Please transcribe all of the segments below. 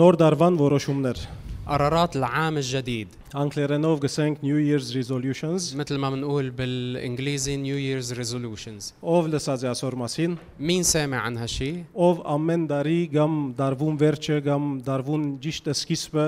Նոր դարվան որոշումներ։ قرارات العام الجديد Անգլերենով գսենք New Year's resolutions, مثل ما بنقول بالانجليزي نيو ييرز ريزولوشنز ով լսած է այսօր մասին, مين سامع عن هالشي ով ամեն տարի կամ դարվում վերջը կամ դարվում ճիշտ սկիզբը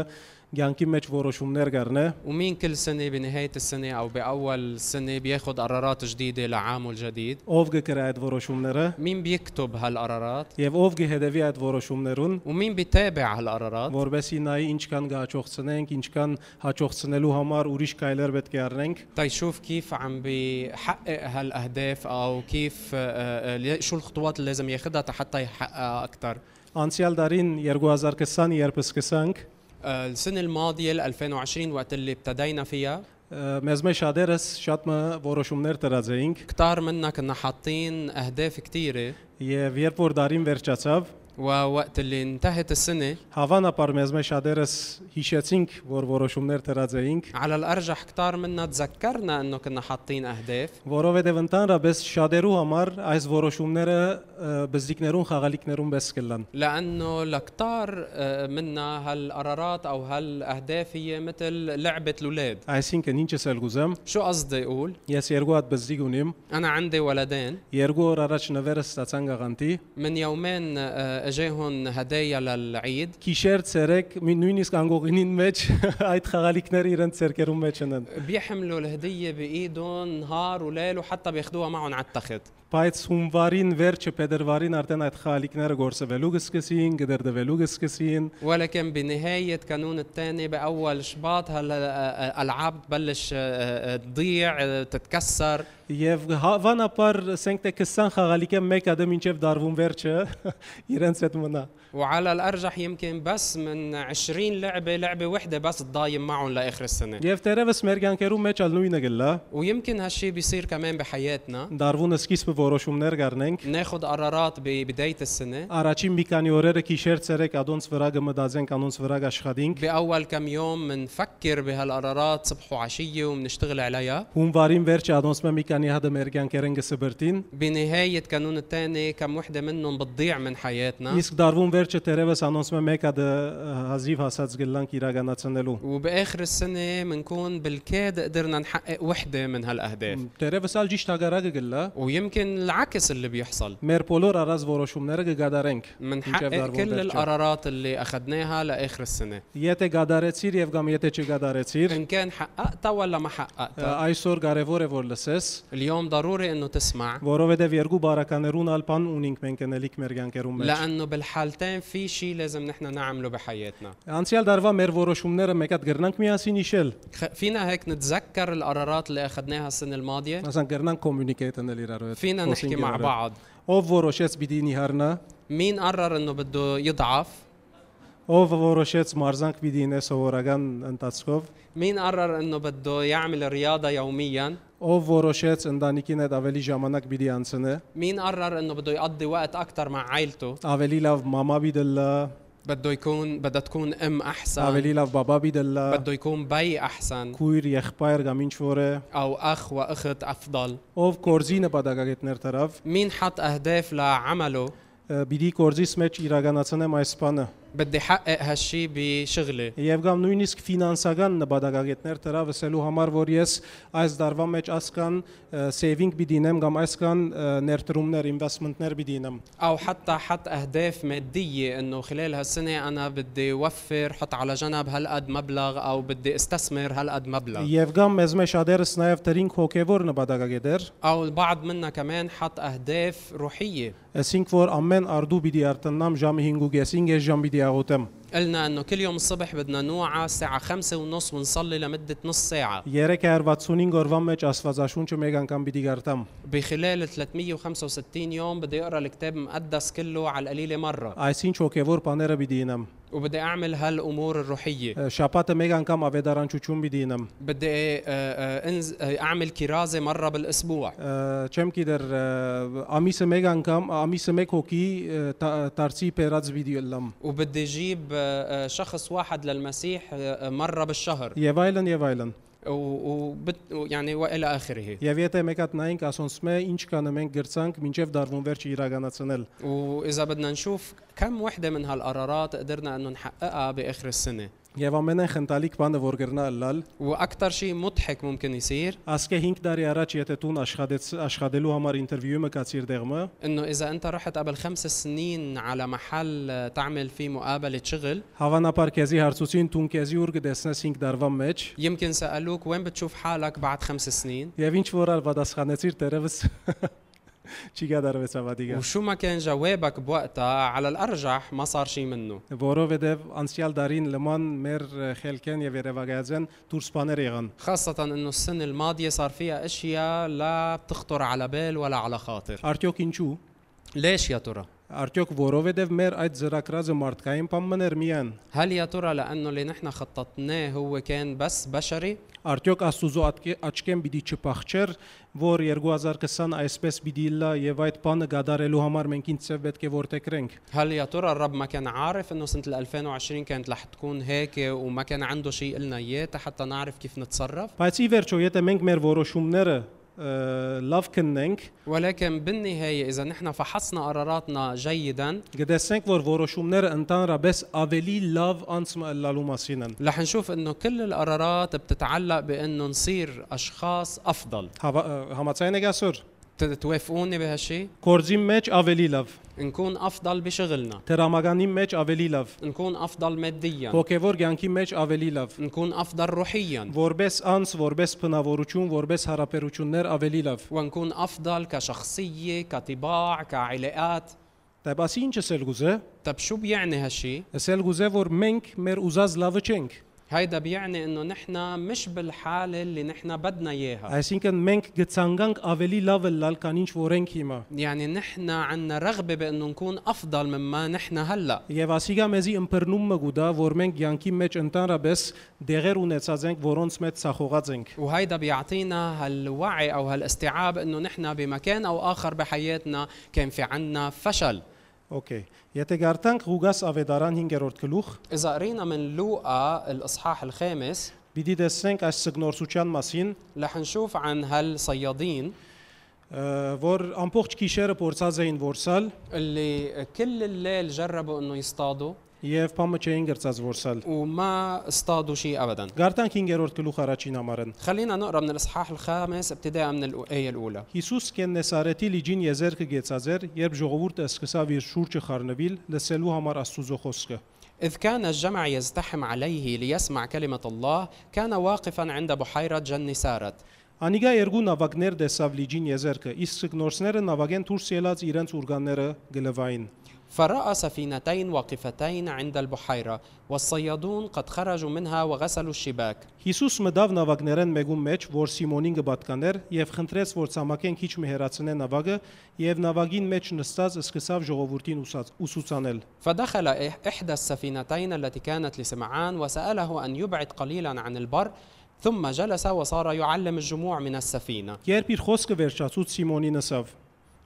ցանկի մեջ որոշումներ կառնե, ومين كل سنة بنهاية السنة أو بأول سنة بياخد قرارات جديدة لعامه الجديد ով կգրի այդ որոշումները مين بيكتب هالقرارات եւ ով կհետևի այդ որոշումներուն, ومين بيتابع هالقرارات որովհետեւ նայի ինչքան գաճողցնենք, ինչքան հաջողցնելու համար ուրիշ կայլեր պետք է առնենք, تيشوف طيب كيف عم بيحقق هالاهداف او كيف آه، آه، لي- شو الخطوات اللي لازم ياخدها حتى يحققها اكثر Անցյալ դարին 2020 երբ սկսանք, السنه الماضيه ل 2020 وقت اللي ابتدينا فيها ը, մեզ մեջ շատերս շատ մը որոշումներ տարած էինք كتار منا كنا حاطين اهداف كثيره եւ երբ որ դարին վերջացավ, ووقت اللي انتهت السنه հավանաբար մեզ մեջ շատերս հիշեցինք, որ որոշումներ տարած էինք, على الارجح كتار منا تذكرنا انه كنا حاطين اهداف որովհետեւ ընդհանրապես շատերու համար այս որոշումները ը, բզիկներուն խաղալիքներուն պես կլան։ لانه لكتار آه، منا هالقرارات او هالاهداف هي مثل لعبه الاولاد Այսինքն ինչս էլ գուզեմ, شو قصدي اقول ես երկու հատ բզիկ ունիմ, انا عندي ولدين երկու օր առաջ նվերը ստացան գաղանտի, من يومين آه، اجاهم هدايا للعيد քիշեր ցերեկ մի նույնիսկ անգողինին մեջ այդ խաղալիքները իրենց ցերկերուն մեջ ընն։ بيحملوا الهدية بإيدهم نهار وليل وحتى بياخدوها معهم على التخت Բայց հունվարին վերջը Փետրվարին արդեն այդ խաղալիքները գործվելու գսկսին, գդրդվելու գսկսին, ولكن بنهاية كانون الثاني بأول شباط هالألعاب تبلش آه، آه، تضيع آه، تتكسر եւ հավանաբար ասենք թե 20 խաղալիքը մեկ ադեմ ինչև դարվում վերջը իրենց հետ մնա։ وعلى الأرجح يمكن بس من 20 لعبة لعبة وحدة بس تضايم معهم لآخر السنة Եվ դերևս մեր ցանկերում մեջ ալ նույնը գլա, ويمكن هالشي بيصير كمان بحياتنا դարվունը սկիզբը որոշումներ կառնենք։ ناخد قرارات ببداية السنة Առաջին մի քանի օրերը քիշեր ցերեկ ադոնց վրա գմտածենք, անոնց վրա աշխատենք։ بأول كم يوم منفكر بهالقرارات صبح وعشية ومنشتغل عليها Հունվարին վերջը ադոնց մը մի քանի հատ մեր ցանկերեն գսբրտին։ بنهاية كانون الثاني كم وحدة منهم بتضيع من حياتنا Իսկ դարվում վերջը դերևս անոնց մը մեկ հատ հազիվ հասած գլանք իրականացնելու։ وبآخر السنة بنكون بالكاد قدرنا نحقق وحدة من هالأهداف Տերևս ալ ճիշտ հագարակը գլա։ ويمكن العكس اللي بيحصل Մեր բոլոր առած որոշումները կգադարենք։ منحقق كل القرارات اللي أخذناها لآخر السنة Եթե գադարեցիր եւ կամ եթե չգադարեցիր, إن كان حققتها ولا ما حققتها այսօր կարեւոր է որ լսես, اليوم ضروري أنه تسمع որովհետեւ երկու բարականերուն ալ բան ունենք մենք ընելիք մեր ցանկերում մեջ։ لأنه بالحالتين في شيء لازم نحن نعمله بحياتنا Անցյալ դարվա մեր որոշումները մեկ հատ գրնանք միասին իշել, خ- فينا هيك نتذكر القرارات اللي أخذناها السنة الماضية ասենք գրնանք communicate անել իրար հետ։ فينا نحكي խոսենք مع իրար հետ։ بعض Ով որոշեց պիտի նիհարնա, مين قرر انه بده يضعف ով որոշեց մարզանք պիտի ինե սովորական ընթացքով, مين قرر انه بده يعمل رياضه يوميا ով որոշեց ընտանիքին հետ ավելի ժամանակ պիտի անցնե, مين قرر انه بده يقضي وقت اكثر مع عائلته ավելի լավ մամա պիտի լա, بده يكون بدها تكون ام احسن ավելի լավ բաբա պիտի լա, بده يكون بي احسن քույր, եղբայր կամ ինչ որ է, او اخ واخت افضل ով կորզի նպատակագետներ դարավ, مين حط اهداف لعمله բիդի կորզիս մեջ իրականացնեմ այս բանը։ بدي حقق هالشي بشغلي Եվ կամ նույնիսկ ֆինանսական նպատակագետներ դարավ ասելու համար, որ ես այս դարվա մեջ ասկան saving պիտի ինեմ կամ այսքան ը, ներդրումներ, investment-ներ պիտի ինեմ։ او حتى حط اهداف ماديه انه خلال هالسنه انا بدي وفر حط على جنب هالقد مبلغ او بدي استثمر هالقد مبلغ Եվ կամ մեզ մեջ շատերս նաև դրինք հոգևոր նպատակագետեր, او البعض منا كمان حط اهداف روحيه ասինք որ ամեն արդու պիտի արտնամ ժամը 5:30-ին ես ժամ պիտի աղոթեմ։ قلنا انه كل يوم الصبح بدنا نوعى الساعة خمسة ونص ونصلي لمدة نص ساعة 365 օրվա մեջ Աստվածաշունչը մեկ անգամ պիտի գարտամ։ بخلال 365 يوم بدي اقرا الكتاب المقدس كله على القليلة مرة Այսինչ հոգևոր բաները պիտի ինեմ։ وبدي اعمل هالامور الروحية Շաբաթը մեկ անգամ ավետարանչություն պիտի ինեմ։ بدي آه، آه، أنز- آه، اعمل كرازة مرة بالاسبوع Ա, Չեմ գիտեր ա, ամիսը մեկ անգամ ամիսը մեկ հոգի ա, տա- դարձի բերած վիդեո լամ։ وبدي اجيب آه، آه، شخص واحد للمسيح آه، آه، مرة بالشهر Եվ այլն եւ այլն։ و- وبت يعني والى اخره Եվ եթե մեկ հատ նայենք, ասոնցում է ինչ կան մենք գրցանք մինչև դարվում վերջը իրականացնել։ واذا بدنا نشوف كم وحده من هالقرارات قدرنا انه نحققها باخر السنه Եվ ամենեն խնդալիք բանը որ գրնալ լալ, واكثر شيء مضحك ممكن يصير ասկե 5 տարի առաջ եթե տուն աշխատեց աշխատելու համար ինտերվյուը մկացիր դեղմը, انه اذا انت رحت قبل خمس سنين على محل آه، تعمل فيه مقابله شغل հավանաբար քեզի հարցուցին տուն քեզի ուր կդեսնես 5 դարվա մեջ։ يمكن سالوك وين بتشوف حالك بعد خمس سنين Եվ ինչ որ ալ պատասխանեցիր դերևս չի գդարվեց ավադիգա։ وشو ما كان جوابك بوقتها على الارجح ما صار شيء منه Որովհետև անցյալ դարին լման մեր խելքեն եւ Երևանյան դուրս բաներ եղան։ خاصة انه السنة الماضية صار فيها اشياء لا بتخطر على بال ولا على خاطر Արդյոք ինչու՞։ ليش يا ترى؟ Արդյոք որովհետև մեր այդ զրակրածը մարդկային բամներ միան։ هل يا ترى لانه اللي نحن خططناه هو كان بس بشري؟ Արդյոք Աստուծո ատկե- աչքեն պիտի չփախչեր, որ 2020 այսպես պիտի լա եւ այդ բանը գդարելու համար մենք ինձ ցավ պետք է որտեգրենք։ هل يا ترى الرب ما كان عارف انه سنة 2020 كانت رح تكون هيك وما كان عنده شيء لنا اياه حتى نعرف كيف نتصرف؟ Բայց ի վերջո, եթե մենք մեր որոշումները ը, լավ կնենք, ولكن بالنهاية إذا نحن فحصنا قراراتنا جيدا Գտեսենք, որ որոշումները ընդհանրապես ավելի լավ անցում լալու մասին են։ رح نشوف انه كل القرارات بتتعلق بانه نصير اشخاص افضل Հավա- ը, Համաձայն եք ասոր։ تتوافقوني بهالشيء Գործի մեջ ավելի լավ, نكون افضل بشغلنا դրամականի մեջ ավելի լավ, نكون افضل ماديا հոգևոր կյանքի մեջ ավելի լավ, نكون افضل روحيا որբես անց, որբես փնավորություն, որբես հարաբերություններ ավելի լավ։ ونكون افضل كشخصيه كطباع كعلاقات Դա բասի ինչս էլ գուզե։ طب شو بيعني هالشي Էսել գուզե, որ մենք մեր ուզած լավը չենք։ هيدا بيعني انه نحن مش بالحاله اللي نحن بدنا اياها Այսինքն մենք գցանգանք ավելի լավը լալ, քան ինչ որ ենք հիմա։ يعني نحن عنا رغبه بانه نكون افضل مما نحن هلا Եվ ASCII-ը մեզի ըմբռնումը գուտա, որ մենք յանքի մեջ ընդհանրապես դեղեր ունեցած ենք, որոնց մեջ ցախողած ենք։ وهيدا بيعطينا هالوعي او هالاستيعاب انه نحن بمكان او اخر بحياتنا كان في عنا فشل Okay. Եթե գարտանք Ղուգաս Ավետարան 5-րդ գլուխ, اذا قرينا من لوقا الاصحاح الخامس պիտի տեսնենք այս սգնորսության մասին, رح نشوف عن هالصيادين ը, որ ամբողջ քիշերը փորձած էին որսալ اللي كل الليل جربوا انه يصطادوا եւ փամը չէին գրծած որսալ։ وما اصطادوا شيء ابدا Գարտանք 5-րդ գլուխ առաջին համարն։ خلينا نقرا من الاصحاح الخامس ابتداء من آية الايه الاولى Հիսուս կենեսարետի լիջին Եզերքը գեցած էր, երբ ժողովուրդը սկսավ իր շուրջը խառնվել, լսելու համար Աստուծո խոսքը։ إذ كان الجمع يزدحم عليه ليسمع كلمة الله كان واقفا عند بحيرة جن سارت Անիգա երկու նավակներ տեսավ լիջին Եզերքը, իսկ սկնորսները նավակեն դուրս ելած իրենց ուրգանները գլվային։ فرأى سفينتين واقفتين عند البحيرة والصيادون قد خرجوا منها وغسلوا الشباك Հիսուս մտավ նավակներեն մեգում մեջ, որ Սիմոնին կպատկաներ, եւ խնդրեց, որ ցամաքեն քիչ մի հերացնեն նավակը, եւ նավակին մեջ նստած սկսավ ժողովրդին ուսած ուսուցանել։ فدخل إح- إحدى السفينتين التي كانت لسمعان وسأله أن يبعد قليلا عن البر ثم جلس وصار يعلم الجموع من السفينة Երբ իր խոսքը վերջացուց Սիմոնին ասավ.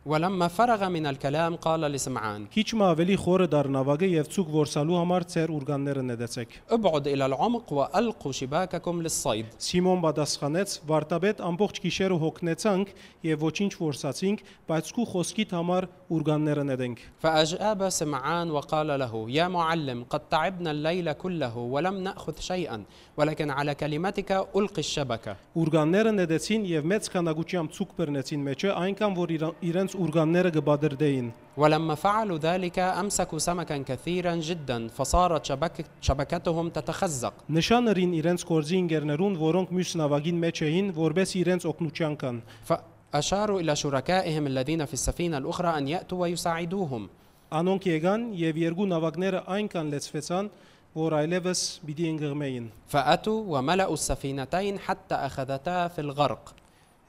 ولما فرغ من الكلام قال لسمعان Քիչ մը ավելի խորը դար նավակը եւ ցուկ որսալու համար ծեր ուրգանները նետեցեք։ ابعد إلى العمق وألقوا شباككم للصيد Սիմոն պատասխանեց. Վարդապետ ամբողջ գիշերը հոգնեցանք եւ ոչինչ որսացինք, բայց քու խոսքիդ համար ուրգանները նետենք։ فأجاب سمعان وقال له يا معلم قد تعبنا الليل كله ولم نأخذ شيئا ولكن على كلمتك ألقي الشبكة Ուրգանները նետեցին եւ մեծ քանակությամբ ցուկ բռնեցին մեջը, այնքան որ իրա- իրենց ուրգանները գբադրդեին։ ولما فعلوا ذلك أمسكوا سمكا كثيرا جدا فصارت شبك شبكتهم تتخزق Նշաներին իրենց կորձի ինգերներուն, որոնք մյուս նավագին մեջ էին, որբես իրենց օգնության կան։ فأشاروا إلى شركائهم الذين في السفينة الأخرى أن يأتوا ويساعدوهم Անոնք եկան եւ երկու նավակները այնքան լեցվեցան, որ այլևս պիտի ընկղմեին։ فأتوا وملأوا السفينتين حتى أخذتا في الغرق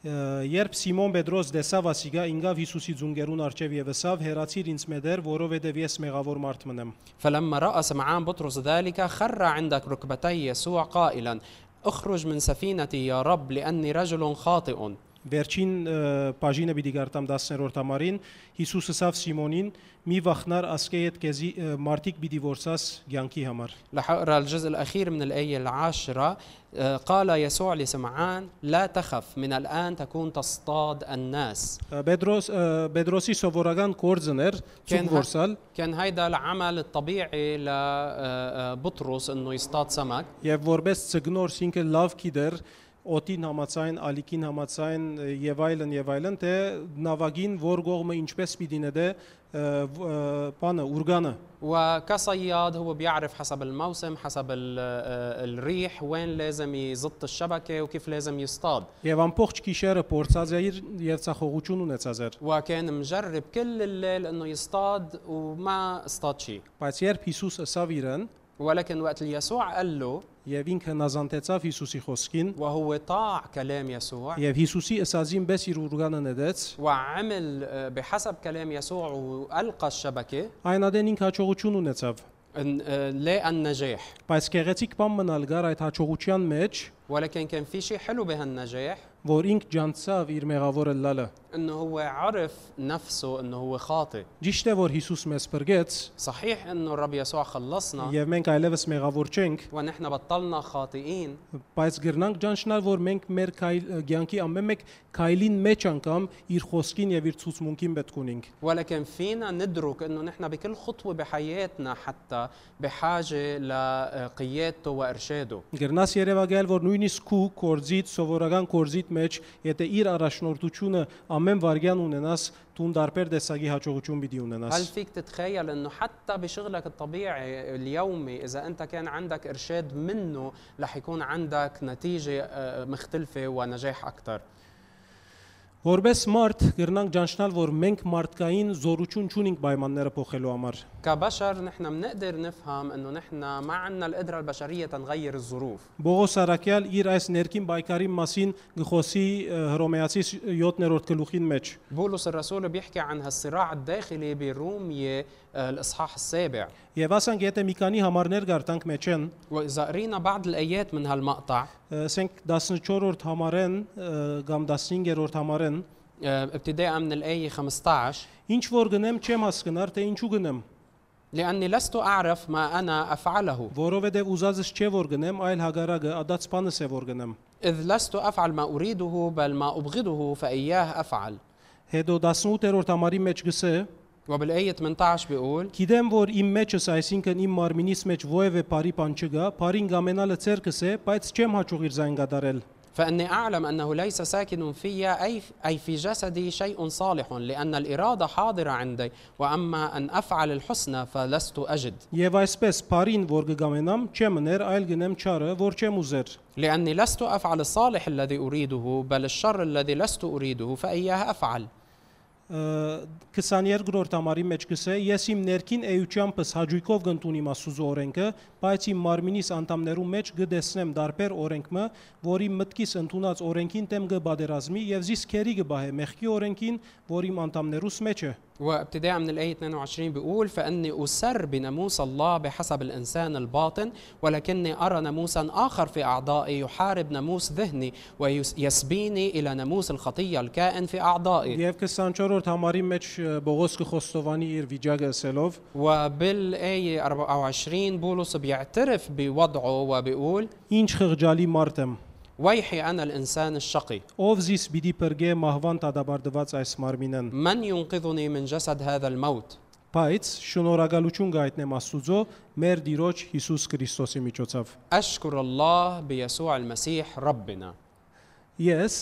Ը, Երբ Սիմոն Պետրոս դեսավ ասիգա ինգավ Հիսուսի ձունգերուն արջև եւ ասավ. «Հերացիր ինձ մետեր, որովհետեւ ես մեղավոր մարդ մնեմ»։ فلما رأى سمعان بطرس ذلك خر عند ركبتي يسوع قائلا اخرج من سفينتي يا رب لأني رجل خاطئ Վերջին ը, բաժինը պիտի գարտամ 10-րդ համարին Հիսուսսավ Սիմոնին՝ «Մի վախնար ասկեյդ քեզի ը, մարդիկ պիտի որսաս ցանկի համար»։ رح اقرا الجزء الاخير من الايه العاشره آه، قال يسوع لسمعان لا تخف من الان تكون تصطاد الناس Ը, Պետրոս ը, Պետրոսի սովորական գործն էր Կեն ցուկ հա- որսալ كان هيدا العمل الطبيعي آه، لبطرس انه يصطاد سمك եւ որպես ցգնորս ինքը լավ գիտեր օտին համացային, ալիքին համացային ը, եւ այլն եւ այլն, թե նավագին որ գողմը ինչպես պիտի նեդե ը, վ- ը, բանը ուրգանը وكصياد هو بيعرف حسب الموسم حسب ال- آه، الريح وين لازم يزط الشبكه وكيف لازم يصطاد Եվ ամբողջ գիշերը փորձած էր եւ ցախողություն ունեցած էր։ وكان مجرب كل الليل انه يصطاد وما اصطاد شيء Բայց երբ Հիսուսը սավ իրեն ولكن وقت اللي يسوع قال له եւ ինքը նազանտեցավ Հիսուսի խոսքին وهو طاع كلام يسوع եւ Հիսուսի ըսածին բես իր ուրգանը նետեց, وعمل آه، بحسب كلام يسوع والقى الشبكه այնադեն ինքը հաջողություն ունեցավ։ إن- آه، لاقى النجاح Բայց գեղեցիկ բան մնալ գար այդ հաջողության մեջ, ولكن كان في شيء حلو بهالنجاح որ ինք ջանցավ իր մեղավորը լալը։ انه هو عرف نفسه انه هو خاطئ Ճիշտ է որ Հիսուս մեզ բրգեց صحيح انه الرب يسوع خلصنا եւ մենք այլևս մեղավոր չենք, ونحن بطلنا خاطئين բայց գրնանք ջանչնալ որ մենք մեր քայլ ցանկի ամեն մեկ քայլին մեջ անգամ իր խոսքին եւ իր ցուցմունքին պետք ունենք։ ولكن فينا ندرك انه نحن بكل خطوه بحياتنا حتى بحاجه لقيادته وارشاده Գրնաս Երևանալ որ նույնիսկ քու կորձից սովորական կորձիդ մեջ եթե իր առաջնորդությունը ամեն վարյան ունենաս դուն դարբեր դեսագի հաջողություն պիտի هل ունենաس فيك تتخيل انه حتى بشغلك الطبيعي اليومي اذا انت كان عندك ارشاد منه رح يكون عندك نتيجه آه، مختلفه ونجاح اكثر Որպես մարդ գրնանք ճանչնալ որ մենք մարդկային զորություն չունենք պայմանները փոխելու համար كبشر نحن بنقدر نفهم انه نحن ما عندنا القدره البشريه تنغير الظروف Բողոս Արաքյալ իր այս ներքին բայկարի մասին գխոսի ը, հռոմեացի 7-րդ գլուխին մեջ بولس الرسول بيحكي عن هالصراع الداخلي برومية آه، الإصحاح السابع եւ ասանք եթե մի քանի համարներ գարտանք մեջ են وإذا قرينا بعض الآيات من هالمقطع ը, ասենք 14-րդ համարեն ը, կամ 15-րդ համարեն آه، ابتداء من الآية 15 ինչ որ գնեմ չեմ հասկնար թե ինչու գնեմ لأني لست أعرف ما أنا أفعله Որովհետև ուզածս չէ որ գնեմ, այլ հագարակը ադած բանս է որ գնեմ։ إذ لست أفعل ما أريده بل ما أبغضه فإياه أفعل Հետո 18-րդ համարի մեջ գսե. وبالآية 18 بيقول Գիտեմ որ իմ մեջս, այսինքն իմ մարմինիս մեջ ովևէ բարի բան չկա, բարին գամենալը ցերկս է, բայց չեմ հաջող իր զայն գդարել։ فإني أعلم أنه ليس ساكن في أي أي في جسدي شيء صالح لأن الإرادة حاضرة عندي وأما أن أفعل الحسنى فلست أجد Եվ այսպես բարին որ կգամենամ, չեմ ներ, այլ գնեմ չարը, որ չեմ ուզեր։ لأني لست أفعل الصالح الذي أريده بل الشر الذي لست أريده فإياه أفعل Ը, 22-րդ համարի մեջ գսե. Ես իմ ներքին էյուչամբս հաջույքով կընտունիմ Աստուծո օրենքը, բայց իմ մարմինիս անդամներու մեջ գտեսնեմ դարբեր օրենքը, որի մտքիս ընդունած օրենքին դեմ կբادرազմի եւ զիսքերի կբահե մեղքի օրենքին, որ իմ անդամներուս մեջ է։ وابتداء من الآية 22 بيقول فإني أسر بناموس الله بحسب الإنسان الباطن ولكني أرى ناموسا آخر في أعضائي يحارب ناموس ذهني ويسبيني إلى ناموس الخطية الكائن في أعضائي Եվ 24-րդ համարի մեջ ը, Բողոս կխոստովանի իր վիճակը ասելով. وبالآية 24 بولس بيعترف بوضعه وبيقول Ինչ խղճալի մարդ եմ։ ويحي أنا الإنسان الشقي Ով զիս պիտի բրգե մահվան տադաբարդված այս մարմինն։ من ينقذني من جسد هذا الموت Բայց շնորհակալություն գայտնեմ Աստուծո մեր Տիրոջ Հիսուս Քրիստոսի միջոցով։ أشكر الله بيسوع المسيح ربنا Ես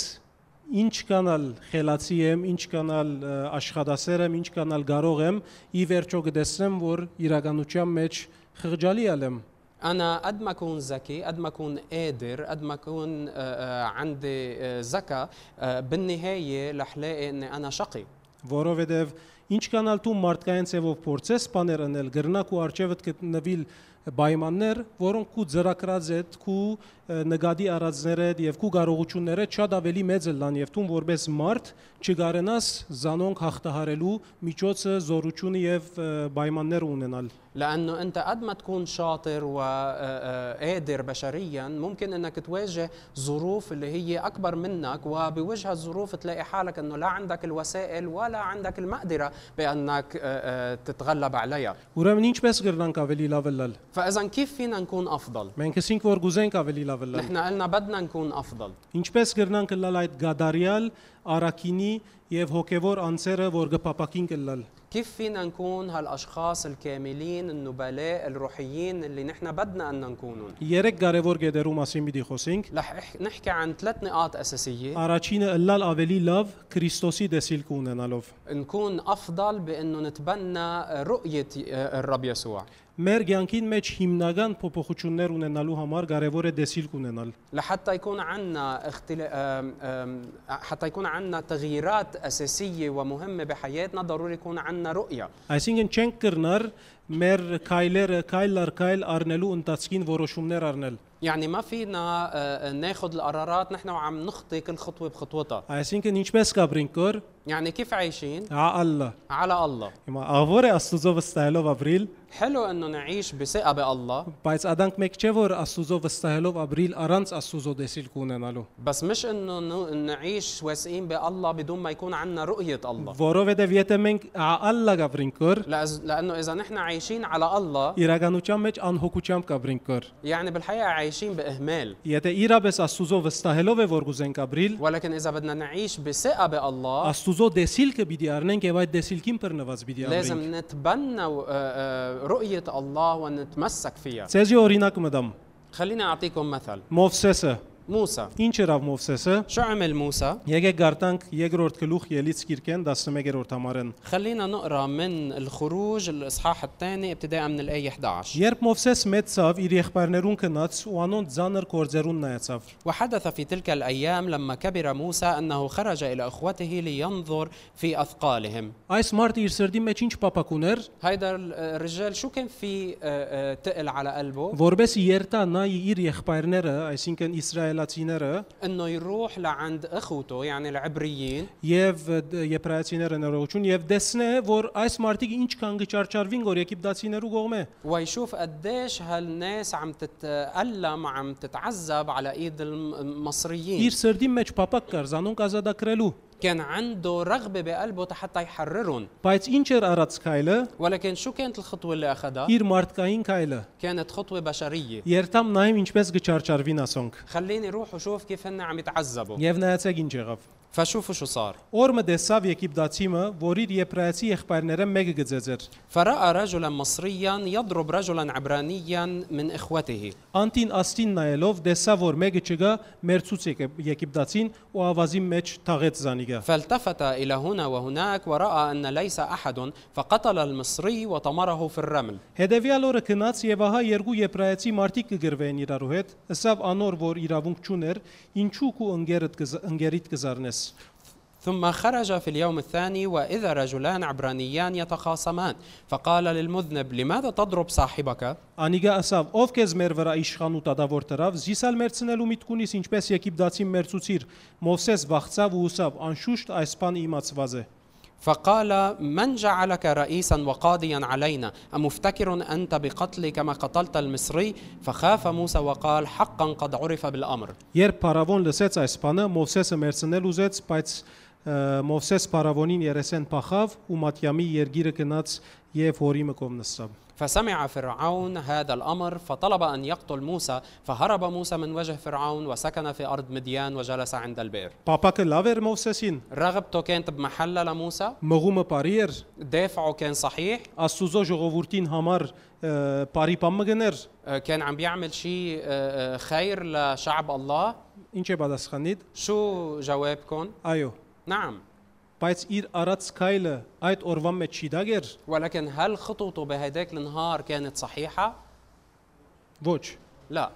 ինչ կանալ խելացի եմ, ինչ կանալ ը, աշխատասեր եմ, ինչ կանալ կարող եմ, ի վերջո կտեսնեմ, որ իրականության մեջ խղճալի ալեմ։ أنا قد ما أكون ذكي قد ما أكون قادر قد ما أكون آه، آه، عندي آه، ذكاء آه، بالنهاية رح لاقي إني أنا شقي Որովհետև Ինչ կանալ դու մարդկային ցևով փորձես սպաներ անել, գրնակ ու արջևդ գտնվիլ պայմաններ, որոնք ու ծրակրած այդ քու ը, նկատի առածները եւ քու կարողությունները շատ ավելի մեծ են լան եւ դու որպես մարդ չգարենաս զանոնք հաղթահարելու միջոցը զորությունը եւ ը, պայմաններ ունենալ։ لانه انت قد ما تكون شاطر آه، وقادر بشريا ممكن انك تواجه ظروف اللي هي اكبر منك وبوجه الظروف تلاقي حالك انه لا عندك الوسائل ولا عندك المقدره بانك آه، آه، تتغلب عليها Ուրեմն ինչպես գրնանք ավելի լավ լալ։ فاذا كيف فينا نكون افضل Մենք ասենք որ գուզենք ավելի լավ լալ։ نحن قلنا بدنا نكون افضل Ինչպես գրնանք լալ այդ գադարյալ, արաքինի եւ հոգեվոր անձերը, որ գպապակին կլալ։ كيف فينا نكون هالاشخاص الكاملين النبلاء الروحيين اللي نحن بدنا ان نكونهم Երեք կարևոր գեդերու մասին պիտի խոսենք։ رح أح- نحكي عن ثلاث نقاط اساسيه Առաջինը լալ ավելի լավ Քրիստոսի դեսիլք ունենալով։ نكون افضل بانه نتبنى رؤيه الرب يسوع Մեր ցանկին մեջ հիմնական փոփոխություններ ունենալու համար կարևոր է դեսիլք ունենալ։ لحتى يكون عندنا اختل... آم، آم، حتى يكون عندنا تغييرات اساسيه ومهمه بحياتنا ضروري يكون عندنا رؤيه Այսինքն չենք կրնար մեր քայլերը քայլ առ քայլ առնելու ընթացքին որոշումներ առնել։ يعني ما فينا آه، ناخذ القرارات نحن وعم نخطي كل خطوه بخطوتها Այսինքն ինչպես կապրինք կոր, يعني كيف عايشين հա Ալլա։ على الله Հիմա ավոր է Աստուծո վստահելով ապրիլ, حلو انه نعيش بثقه بالله բայց ադանք մեկ չէ որ Աստուծո վստահելով ապրիլ առանց Աստուծո դեսիլք ունենալու։ بس مش انه ن- نعيش واثقين بالله بدون ما يكون عندنا رؤيه الله Որովհետև եթե մենք հա Ալլա կապրինք կոր, لأز- لانه اذا نحن عايشين على الله իրականության մեջ անհոգությամբ կապրինք կոր։ يعني بالحقيقه عايشين باهمال Եթե իրապես Աստուծո վստահելով է որ գուզենք ապրիլ, ولكن اذا بدنا نعيش بثقه بالله Աստուծո դեսիլքը պիտի առնենք եւ այդ դեսիլքին բռնված պիտի առնենք։ لازم نتبنى آه، آه، رؤية الله ونتمسك فيها Ցեզի օրինակ մտամ։ خليني أعطيكم مثل Մովսեսը, موسى ինչ երավ Մովսեսը։ شو عمل موسى؟ Եկեք գարտանք երկրորդ գլուխ Ելից Կիրկեն 11-րդ համարեն։ خلينا نقرأ من الخروج الإصحاح الثاني ابتداء من الآية 11 Երբ Մովսես մեծավ, իր եղբայրներուն կնաց ու անոնց ձանր կորձերուն նայացավ։ وحدث في تلك الأيام لما كبر موسى أنه خرج إلى إخوته لينظر في أثقالهم Այս մարդը իր սրդի մեջ ինչ պապակ ուներ, هيدا ال- الرجال شو كان في آه، آه، تقل على قلبه որբես երտա նայի իր եղբայրները, այսինքն իսրայելացիները انه يروح لعند اخوته يعني العبريين եւ դ- եբրայացիները ներողություն եւ դեսնե որ այս մարդիկ ինչ կան գճարչարվին որ եգիպտացիներու կողմե։ ويشوف قديش هالناس عم تتألم عم تتعذب على ايد الم- المصريين Իր սրդի մեջ պապակ կար զանոնք ազատագրելու, كان عنده رغبة بقلبه حتى يحررهم բայց ինչ էր առած քայլը, ولكن شو كانت الخطوة اللي أخذها؟ իր մարդկային քայլը։ كانت خطوة بشرية Երտամ նայեմ ինչպես գճարչարվին ասոնք։ خليني روح وشوف كيف هن عم يتعذبوا Եվ նայեցեք ինչ եղավ։ فشوفوا شو صار Օրը դեսավ Եգիպտացիմը, որ իր եբրայացի եղբայրները մեկը գծեծեր։ فرأى رجلا مصريا يضرب رجلا عبرانيا من إخوته Անտին աստին նայելով դեսավ որ մեկը չգա մերցուց եկե- Եգիպտացին ու ավազի մեջ թաղեց զանիգա։ فالتفت إلى هنا وهناك ورأى أن ليس أحد فقتل المصري وطمره في الرمل Հետևյալ օրը գնաց եւ ահա երկու եբրայացի մարդիկ կգրվեին իրարու հետ, ըսավ անոր որ իրավունք չուներ, ինչու քու ընկերդ կզ- ընկերիդ կզառնես։ ثم خرج في اليوم الثاني وإذا رجلان عبرانيان يتخاصمان فقال للمذنب لماذا تضرب صاحبك؟ Անիգա ասավ. Ով քեզ մեր վրա իշխանու տադավոր դրավ, զիսալ մերցնելու միտքունից ինչպես Եգիպտացին մերցուցիր։ Մովսես վախծավ ու ուսավ, անշուշտ այս բանը իմացված է։ فقال من جعلك رئيسا وقاضيا علينا أمفتكر أنت بقتلي كما قتلت المصري فخاف موسى وقال حقا قد عرف بالأمر Երբ Փարավոն լսեց այս բանը, Մովսեսը մերցնել ուզեց, բայց ը, Մովսես Փարավոնին երեսեն փախավ ու Մատյամի երգիրը գնաց եւ հորի մկով նստավ։ فسمع فرعون هذا الأمر فطلب أن يقتل موسى فهرب موسى من وجه فرعون وسكن في أرض مديان وجلس عند البئر Պապակը լավ էր Մովսեսին, رغبته كانت بمحلها لموسى մղումը բարի էր, دافعه كان صحيح Աստուծո ժողովրդին համար ը, բարի բան մգներ։ آه، كان عم بيعمل شيء آه، آه، خير لشعب الله Ինչ է պատասխանիդ։ شو جوابكم؟ Այո, نعم բայց իր առած քայլը այդ օրվա մեջ չի դագեր։ ولكن هل خطوته بهداك النهار كانت صحيحة؟ Ոչ, لا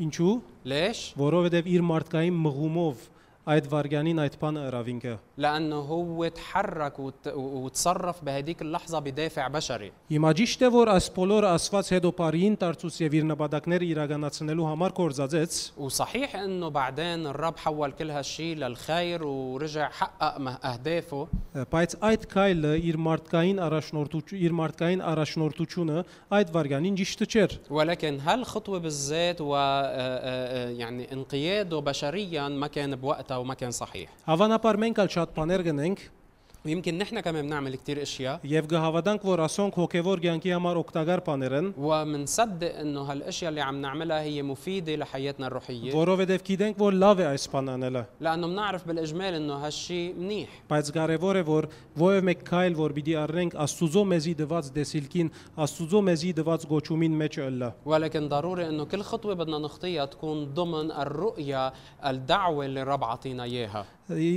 ինչու՞, ليش؟ որովհետև իր մարդկային մղումով այդ վարգյանին այդ բանը հրավինքը։ لانه هو تحرك وت- وتصرف بهديك اللحظه بدافع بشري Հիմա ճիշտ է, որ այս բոլոր ասված հետոպարին տարծուց եւ իր նպատակները իրականացնելու համար կորզածեց, وصحيح انه بعدين الرب حول كل هالشيء للخير ورجع حقق مه- اهدافه բայց այդ քայլը իր մարդկային առաջնորդություն իր մարդկային առաջնորդությունը այդ վարգանին ճիշտ չէր։ ولكن هالخطوه بالذات و آه، آه، آه، يعني انقياده بشريا ما كان بوقتها وما كان صحيح Հավանաբար մենք ալ շատ բաներ գնենք ويمكن نحن كمان بنعمل كتير اشياء եւ գհավատանք, որ ասոնք հոգեվոր ցանկի համար օգտակար բաներ են, ومنصدق انه هالاشياء اللي عم نعملها هي مفيده لحياتنا الروحيه որովհետեւ գիտենք, որ լավ է այս բան անելը, لانه بنعرف بالاجمال انه هالشيء منيح բայց կարեւոր է, որ ովև մեկ քայլ, որ պիտի առնենք Աստուծո մեզի դված դեսիլքին, Աստուծո մեզի դված գոչումին մեջ ըլլա։ ولكن ضروري انه كل خطوه بدنا نخطيها تكون ضمن الرؤيه الدعوه اللي الرب عطينا اياها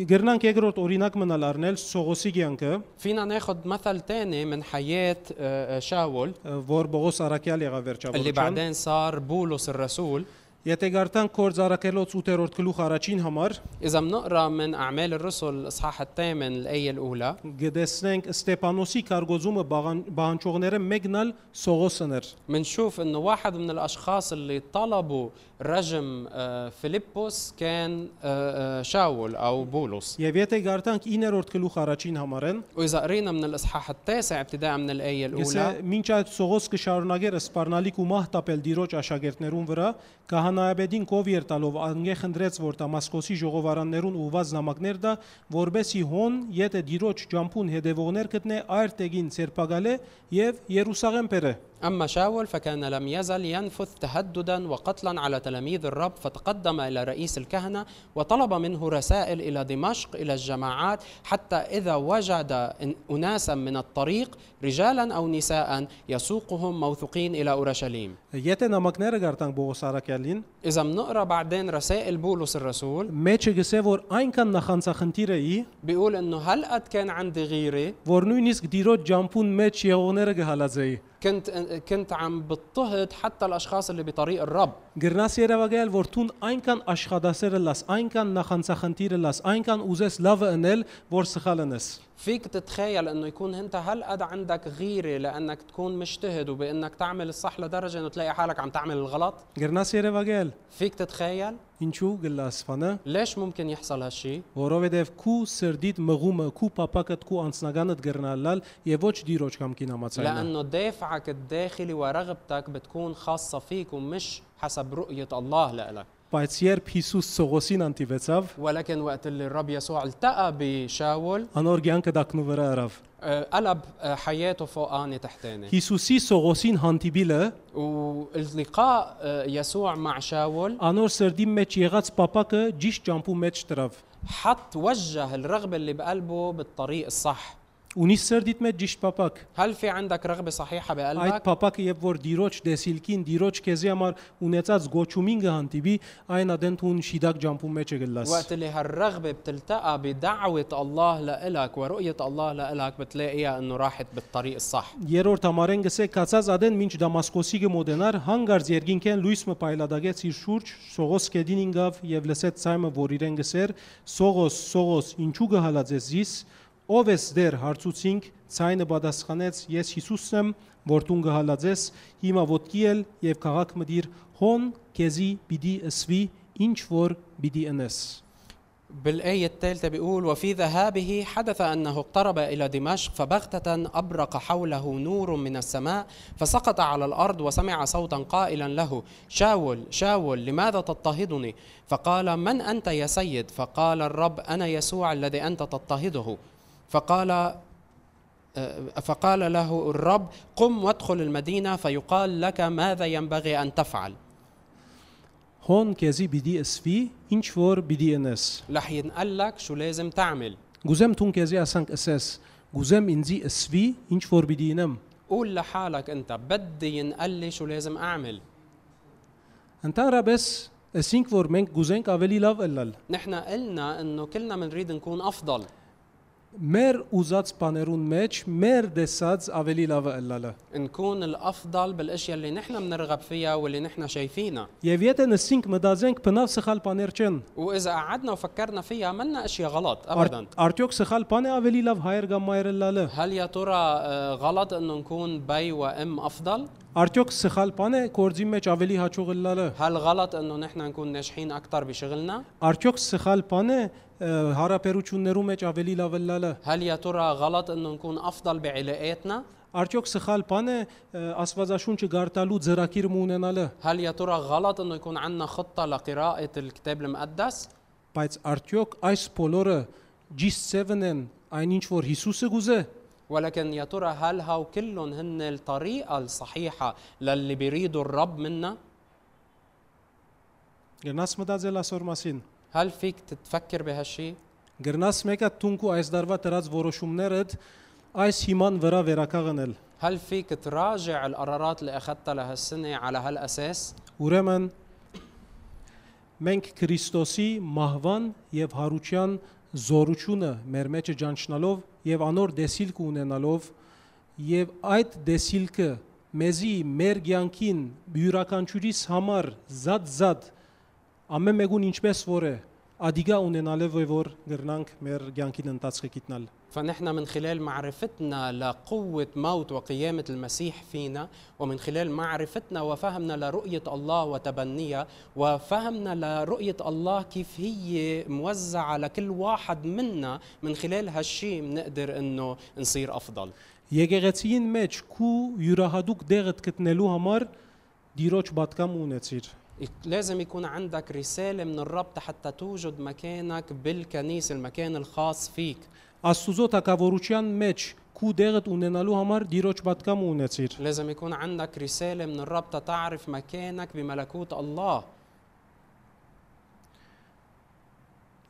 Գրնանք երկրորդ օրինակ մնալ առնել Սողոսի ցանկը, فينا ناخذ مثل تاني من حياه آه، آه، شاول որ Բողոս Արաքյալ եղավ اللي վերջավորության։ بعدين صار بولس الرسول Եթե գարտանք կորձ առաքելոց 8-րդ գլուխ առաջին համար, اذا بنقرا من اعمال الرسل الاصحاح الثامن الايه الاولى գտեսնենք Ստեփանոսի կարգոզումը բաղան- բանչողները մեկնալ Սողոսն էր։ منشوف انه واحد من الاشخاص اللي طلبوا رجم آه، فيلبس كان آه، آه، شاول او بولس Եվ եթե գարտանք 9-րդ գլուխ առաջին համարեն, واذا قرينا من الاصحاح التاسع ابتداء من الايه եսե الاولى մինչ այդ Սողոս կշարունակեր սպառնալիք ու մահ տապել դիրոջ աշակերտներուն վրա, կահանայաբեդին կով երտալով անգե խնդրեց, որ Դամասկոսի ժողովարաններուն ուված նամակներ դա, որբեսի հոն, եթե դիրոջ ջամփուն հետևողներ գտնե այր տեղին ցերպակալե եւ Երուսաղեմ բերե։ اما شاول فكان لم يزل ينفث تهددا وقتلا على تلاميذ الرب فتقدم الى رئيس الكهنه وطلب منه رسائل الى دمشق الى الجماعات حتى اذا وجد إن- اناسا من الطريق رجالا او نساء يسوقهم موثوقين الى اورشليم Եթե նամակները գարտանք Բողոս Արաքյալին, إذا بنقرا بعدين رسائل بولس الرسول Մեջը գսե որ այնքան նախանցախնդիր էի, بيقول إنه هالقد كان عندي غيرة որ նույնիսկ դիրոջ ջամփուն մեջ եղողները գհալածեի։ كنت كنت عم بضطهد حتى الأشخاص اللي بطريق الرب Գրնաս երևակայել որ ցուն այնքան աշխատասերը լաս, այնքան նախանցախնդիրը լաս, այնքան ուզես լավը ընել, որ սխալնես։ فيك تتخيل إنه يكون أنت هالقد عندك غيرة لأنك تكون مجتهد وبأنك تعمل الصح لدرجة إنه تلاقي حالك عم تعمل الغلط Գրնաս երևակայել فيك تتخيل ինչու գլասվանը, ليش ممكن يحصل هالشي որովհետև քու սրդիդ մղումը, քու papakat քու անձնականդ գրնալալ եւ ոչ դիրոջ կամ կինամացայինը։ لأنه دافعك الداخلي ورغبتك بتكون خاصة فيك ومش حسب رؤية الله لإلك Բայց երբ Հիսուս Սողոսին անտիվեցավ, ولكن وقت اللي الرب يسوع التقى بشاول անոր ցանկը դակնու վրա արավ։ آه، قلب آه، حياته فوقاني تحتاني Հիսուսի Սողոսին հանդիպիլը واللقاء آه، يسوع مع شاول Անոր սրդի մեջ եղած papaքը ճիշտ ճամփու մեջ դրավ։ حط وجه الرغبة اللي بقلبه بالطريق الصح Ունի սրդիդ մեջ ճիշտ papak։ هل في عندك رغبة صحيحة Այդ بقلبك؟ papaքը երբ որ դիրոջ դեսիլքին, դիրոջ քեզի համար ունեցած գոչումին կհանդիպի, այն ադենթուն շիդակ ճամփու մեջ է գլաս։ وقت اللي هالرغبة بتلتقى بدعوة الله لإلك ورؤية الله لإلك بتلاقيها إنه راحت بالطريق الصح Երորդ համարեն գսե կացած ադեն մինչ Դամասկոսի գմոդենար հանգարց երկինքեն լույսը պայլադագեց իր շուրջ Սողոս կեդին ինգավ եւ լսեց ցայմը որ իրեն գսեր Սողոս Սողոս ինչու գհալածես զիս ով ես դեր հարցուցինք ցայնը պատասխանեց ես Հիսուսն եմ որ տուն գհալածես հիմա ոտքի էլ եւ քաղաք մդիր հոն քեզի բիդի սվի ինչ որ բիդի ընես بالآية الثالثة بيقول وفي ذهابه حدث أنه اقترب إلى دمشق فبغتة أبرق حوله نور من السماء فسقط على الأرض وسمع صوتا قائلا له شاول شاول لماذا تضطهدني فقال من أنت يا سيد فقال الرب أنا يسوع الذي أنت تضطهده فقال آه، فقال له الرب قم وادخل المدينة فيقال لك ماذا ينبغي أن تفعل հոն քեզի բիդի սվի ինչ որ բիդի ընես رح ينقل لك شو لازم تعمل Գուզեմ ցուն քեզի ասանք ասես, գուզեմ ինձի սվի, ինչ որ պիտի ինեմ։ قول لحالك انت بدي ينقل لي شو لازم اعمل Ընդհանրապես, ասինք որ մենք գուզենք ավելի լավ ելնալ։ نحن قلنا انه كلنا بنريد نكون افضل մեր ուզած բաներուն մեջ մեր դեսած ավելի լավը ըլլալը։ نكون الافضل بالاشياء اللي نحن بنرغب فيها واللي نحن شايفينها Եվ եթե նսինք մտածենք բնավ սխալ բաներ չեն, واذا قعدنا وفكرنا فيها منا اشياء غلط ար- ابدا արդյոք սխալ բան է ավելի լավ հայր կամ մայր ըլլալը։ هل يا ترى آه، غلط انه نكون بي وام افضل Արդյոք սխալ բան է գործի մեջ ավելի հաջող ըլլալը։ هل غلط انه نحن نكون ناجحين اكثر بشغلنا Արդյոք սխալ բան է ը, հարաբերություններու մեջ ավելի լավ ըլլալը։ هل يا ترى غلط انه نكون افضل بعلاقاتنا Արդյոք սխալ բան է ը, աստվածաշունչը գարտալու ծրագիր ունենալը, هل يا ترى غلط انه يكون عندنا خطه لقراءه الكتاب المقدس բայց արդյոք այս բոլորը G7-ն այն ինչ որ Հիսուսը գուզե։ ولكن يا ترى هل هاو كلهم هن الطريقه الصحيحه للي بيريده الرب منا Գրնաս մտածել ասոր մասին։ هل فيك تتفكر بهالشيء Գրնաս մեկը տունկու այս դարվա դրած որոշումներդ այս հիման վրա վերականգնել։ هل فيك تراجع القرارات اللي اخذتها لهالسنه على هالاساس Ուրեմն մենք Քրիստոսի մահվան եւ հարության զորությունը մեր մեջը ճանչնալով եւ անոր դեսիլք ունենալով եւ այդ դեսիլքը մեզի մեր ցանկին յուրաքանչյուրիս համար զատ-զատ ամեն մեկուն ինչպես որ է ադիգա ունենալով որ գրնանք մեր ցանկին ընթացքը գիտնալ فنحن من خلال معرفتنا لقوة موت وقيامة المسيح فينا ومن خلال معرفتنا وفهمنا لرؤية الله وتبنيها وفهمنا لرؤية الله كيف هي موزعة لكل واحد منا من خلال هالشيء بنقدر انه نصير افضل եկեղեցին մեջ քու յուրահատուկ դեղդ գտնելու համար դիրոջ բատկամ ունեցիր لازم يكون عندك رسالة من الرب حتى توجد مكانك بالكنيسة المكان الخاص فيك Աստուծո թակավորության մեջ քու դեղդ ունենալու համար դիրոջ պատկամ ունեցիր։ لازم يكون عندك رسالة من الرب تتعرف مكانك بملكوت الله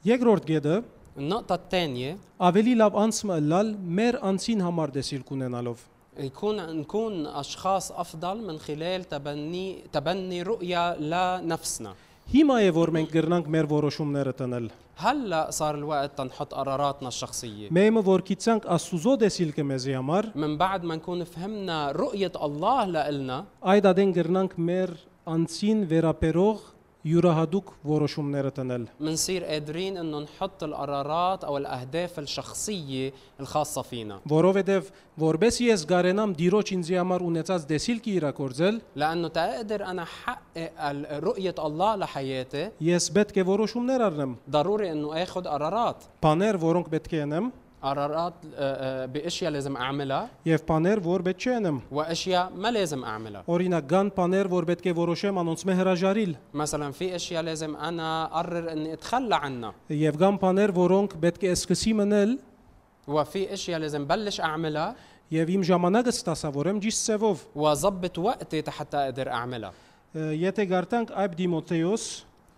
Երկրորդ գեդը النقطة الثانية ավելի լավ անցմը լալ մեր անցին համար դեսիլք ունենալով։ يكون نكون اشخاص افضل من خلال تبني تبني رؤيه لنفسنا Հիմա է որ մենք գրնանք մեր որոշումները տնել։ هلا صار الوقت تنحط قراراتنا الشخصيه Մեմը որ գիցանք Աստուծո դեսիլքը մեզի համար, من بعد ما نكون فهمنا رؤيه الله لنا այդ ադեն գրնանք մեր անցին վերաբերող յուրահատուկ որոշումները տնել։ منصير قادرين انه نحط القرارات او الاهداف الشخصيه الخاصه فينا Որովհետև որբես ես գարենամ դիրոջ ինձի համար ունեցած դեսիլքը իրակորձել, لانه تقدر انا حقق ال- رؤيه الله لحياتي ես պետք է որոշումներ առնեմ, ضروري انه اخذ قرارات բաներ, որոնք պետք է անեմ, قرارات آه، آه، باشياء لازم اعملها եւ բաներ, որ պետք չենեմ։ واشياء ما لازم اعملها Օրինակ կան բաներ, որ պետք է որոշեմ անոնց մե հրաժարիլ, مثلا في اشياء لازم انا اقرر اني اتخلى عنها եւ կան բաներ, որոնք պետք է սկսի մնել وفي اشياء لازم بلش اعملها եւ իմ ժամանակը ստասավորեմ ճիշտ ծևով։ واظبط وقتي حتى اقدر اعملها Ը, Եթե գարտանք Այբ Դիմոթեոս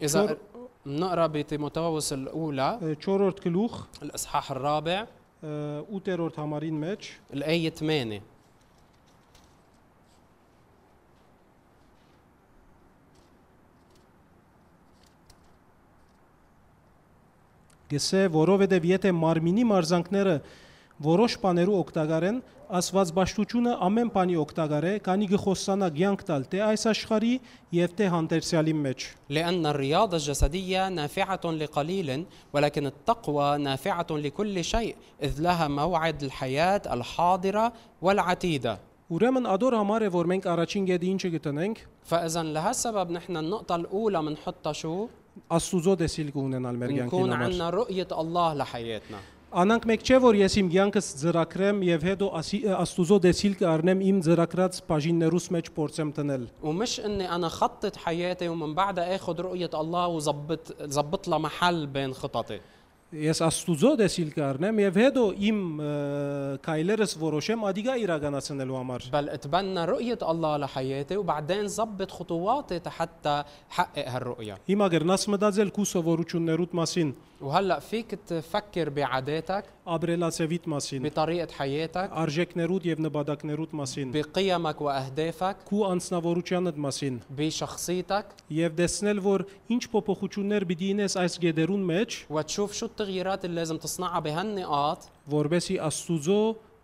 اذا بنقرا بتيموتاوس الاولى 4-րդ գլուխ الاصحاح الرابع 8-րդ համարին մեջ الايه 8 գսե, որովհետեւ եթե մարմինի մարզանքները որոշ բաներու օգտակարեն, ասված ճշտությունը ամեն բանի օգտակար է, քանի գխոսանա ցանկ տալ թե այս աշխարհի եւ թե հանդերձյալի մեջ։ لأن الرياضة الجسدية نافعة لقليل ولكن التقوى نافعة لكل شيء إذ لها موعد الحياة الحاضرة والعتيدة Ուրեմն ադոր համար է որ մենք առաջին գեդի ինչը գտնենք, فإذا لهالسبب نحن النقطة الأولى بنحطها شو؟ Աստուծո դեսիլք ունենալ մեր نكون յանքին համար։ عندنا رؤية الله لحياتنا Անանք մեկ չէ որ ես իմ յանքս ծրակրեմ եւ հետո ասի- Աստուծո դեսիլքը առնեմ իմ ծրակրած բաժիններուս մեջ փորձեմ տնել։ ومش اني انا خطط حياتي ومن بعدها اخذ رؤيه الله وظبط ظبط لها محل بين خططي Ես Աստուծո դեսիլքը առնեմ եւ հետո իմ ը, քայլերս որոշեմ ադիգա իրականացնելու համար։ بل اتبنى رؤيه الله لحياتي وبعدين ظبط خطواتي حتى حقق هالرؤيه Հիմա գրնաս մտածել քու սովորություններուդ մասին, وهلا فيك تفكر بعاداتك ապրելացեվիդ մասին, بطريقه حياتك արժեքներուդ եւ նպատակներուդ մասին, بقيمك واهدافك քու անձնավորությանդ մասին بشخصيتك եւ տեսնել որ ինչ փոփոխություններ պիտի ինես այս գեդերուն մեջ وتشوف شو التغييرات اللي لازم تصنعها بهالنقاط որբեսի աստուծո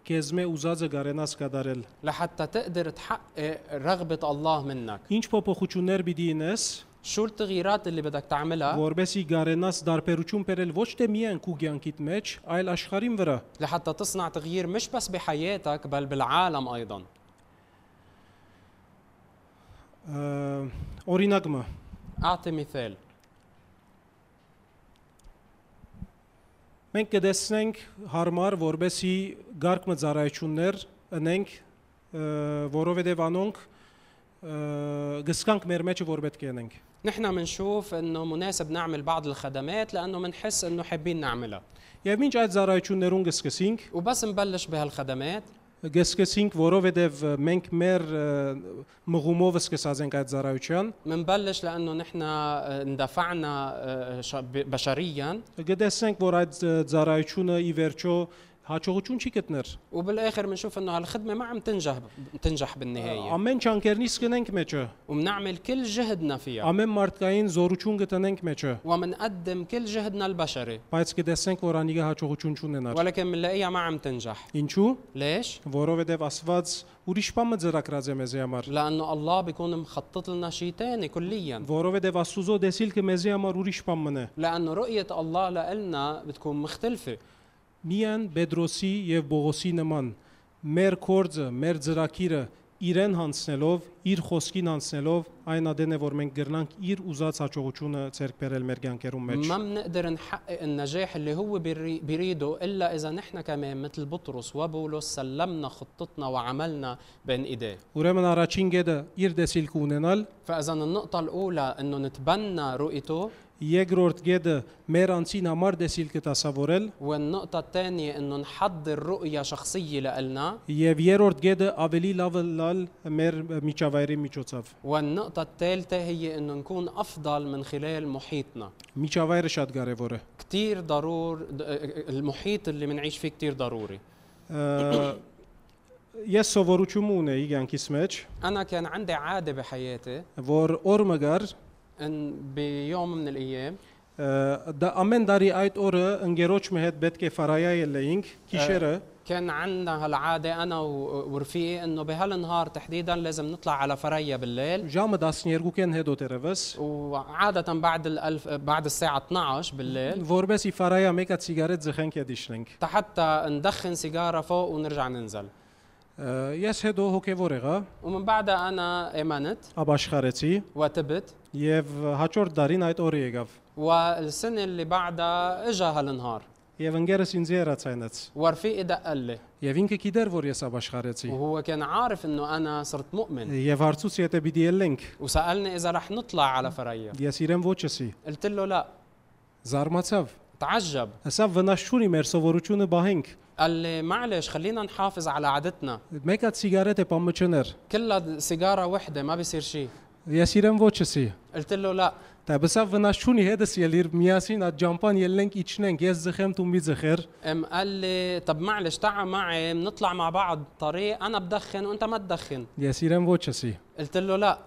քեզ մե ուզածը գարենաս կդարել։ لحتى تقدر تحقق رغبة الله منك Ինչ փոփոխություններ պիտի ինես, شو التغييرات اللي بدك تعملها որբեսի գարենաս դարբերություն բերել ոչ թե միայն քու ցանկիդ մեջ, այլ աշխարհին վրա։ لحتى تصنع تغيير مش بس بحياتك بل بالعالم أيضا Ա, Օրինակ մը أعطي مثال մենք կտեսնենք հարմար որբեսի գարկմը ծառայություններ ընենք ը, որովհետև անոնք ը, գսկանք մեր մեջը որ պետք է ընենք نحن منشوف انه مناسب نعمل بعض الخدمات لانه منحس انه حابين نعملها եւ ինչ այդ ծառայություններուն գսկսենք وبس نبلش بهالخدمات գսկսենք որովհետև ը, մենք մեր ը, մղումով սկսած ենք այդ ծառայության منبلش لانه نحن آه، اندفعنا آه، ش- ب- بشريا գտեսնենք որ այդ ը, ծառայությունը ի վերջո հաջողություն չի գտներ وبالاخر بنشوف انه هالخدمه ما عم تنجح تنجح بالنهايه ամեն ճանկերնից կնենք մեջը وبنعمل كل جهدنا فيها ամեն մարդկային զորություն գտնենք մեջը ومنقدم كل جهدنا البشري բայց կտեսնենք որ անիգը հաջողություն չունենար ولكن بنلاقيها ما عم تنجح ինչու ليش որովհետև Աստված ուրիշ բան մը ծրագրած է մեզի համար, لانه الله بيكون مخطط لنا شيء ثاني كليا որովհետև Աստուծո դեսիլքը մեզի համար ուրիշ բան մնե։ لانه رؤيه الله لنا بتكون مختلفه Միան Պետրոսի եւ Բողոսի նման մեր կորձը, մեր ծրագիրը իրեն հանցնելով, իր խոսքին հանցնելով, այն ադեն է որ մենք գրնանք իր ուզած հաջողությունը ցերկ բերել մեր կյանքերում մեջ։ ما بنقدر نحقق النجاح اللي هو بري- بريده الا اذا نحن كمان مثل بطرس وبولس سلمنا خطتنا وعملنا بين ايديه Ուրեմն առաջին գեդը իր դեսիլքը ունենալ, فاذا النقطه الاولى انه نتبنى رؤيته երկրորդ գեդը մեր անձին համար դեսիլքը դասավորել والنقطه الثانيه انه نحضر رؤيه شخصيه لنا եւ երրորդ գեդը ավելի լավը լալ մեր միջավայրի միջոցով։ والنقطه الثالثه هي انه نكون افضل من خلال محيطنا Միջավայրը շատ կարևոր է։ كتير ضرور د- المحيط اللي بنعيش فيه كتير ضروري Ա, Ես սովորություն ունեի ցանկիս մեջ, انا كان عندي عاده بحياتي որ օր մգար ان بيوم من الايام ա, դա ամեն տարի այդ օրը ընկերոջ մի հետ պետք է ֆարայա ելեինք քիշերը كان عندنا هالعادة أنا و- ورفيقي إنه بهالنهار تحديدا لازم نطلع على فريا بالليل ժամը 12-ին հետո դերևս, وعادة بعد الألف بعد الساعة 12 بالليل որբեսի ֆարայա մեկա ցիգարետ զխենք եդիշնենք։ حتى ندخن سيجارة فوق ونرجع ننزل Ա, Ես հետո հոգևոր եղա, ومن بعدها أنا آمنت ապաշխարեցի وتبت եւ հաջորդ տարին այդ օրը եկավ։ والسنة اللي بعدها إجا هالنهار Եվ ընկերս ինձ երացայնաց։ ورفيقي دق لي Եվ ինքը գիտեր, որ ես ապաշխարեցի։ وهو كان عارف إنه أنا صرت مؤمن Եվ հարցուց եթե պիտի ելենք, وسألني إذا رح نطلع على فريا ես իրեն ոչսի։ قلت له لا Զարմացավ։ تعجب Հեսա վնասչուրի մեր սովորությունը բահենք։ قال لي معلش خلينا نحافظ على عادتنا Մեկը ցիգարետ է պամճներ։ كلها سيجارة وحدة ما بيصير شيء Ես իրեն ոչսի։ قلت له لا Դա հեսա վնասչունի հետս ելիր միասին այդ ջամփան ելնենք իջնենք, ես զխեմ դու մի զխեր։ ام قال لي طب معلش تعا معي بنطلع مع بعض طريق انا بدخن وانت ما تدخن Ես իրեն ոչսի։ قلت له لا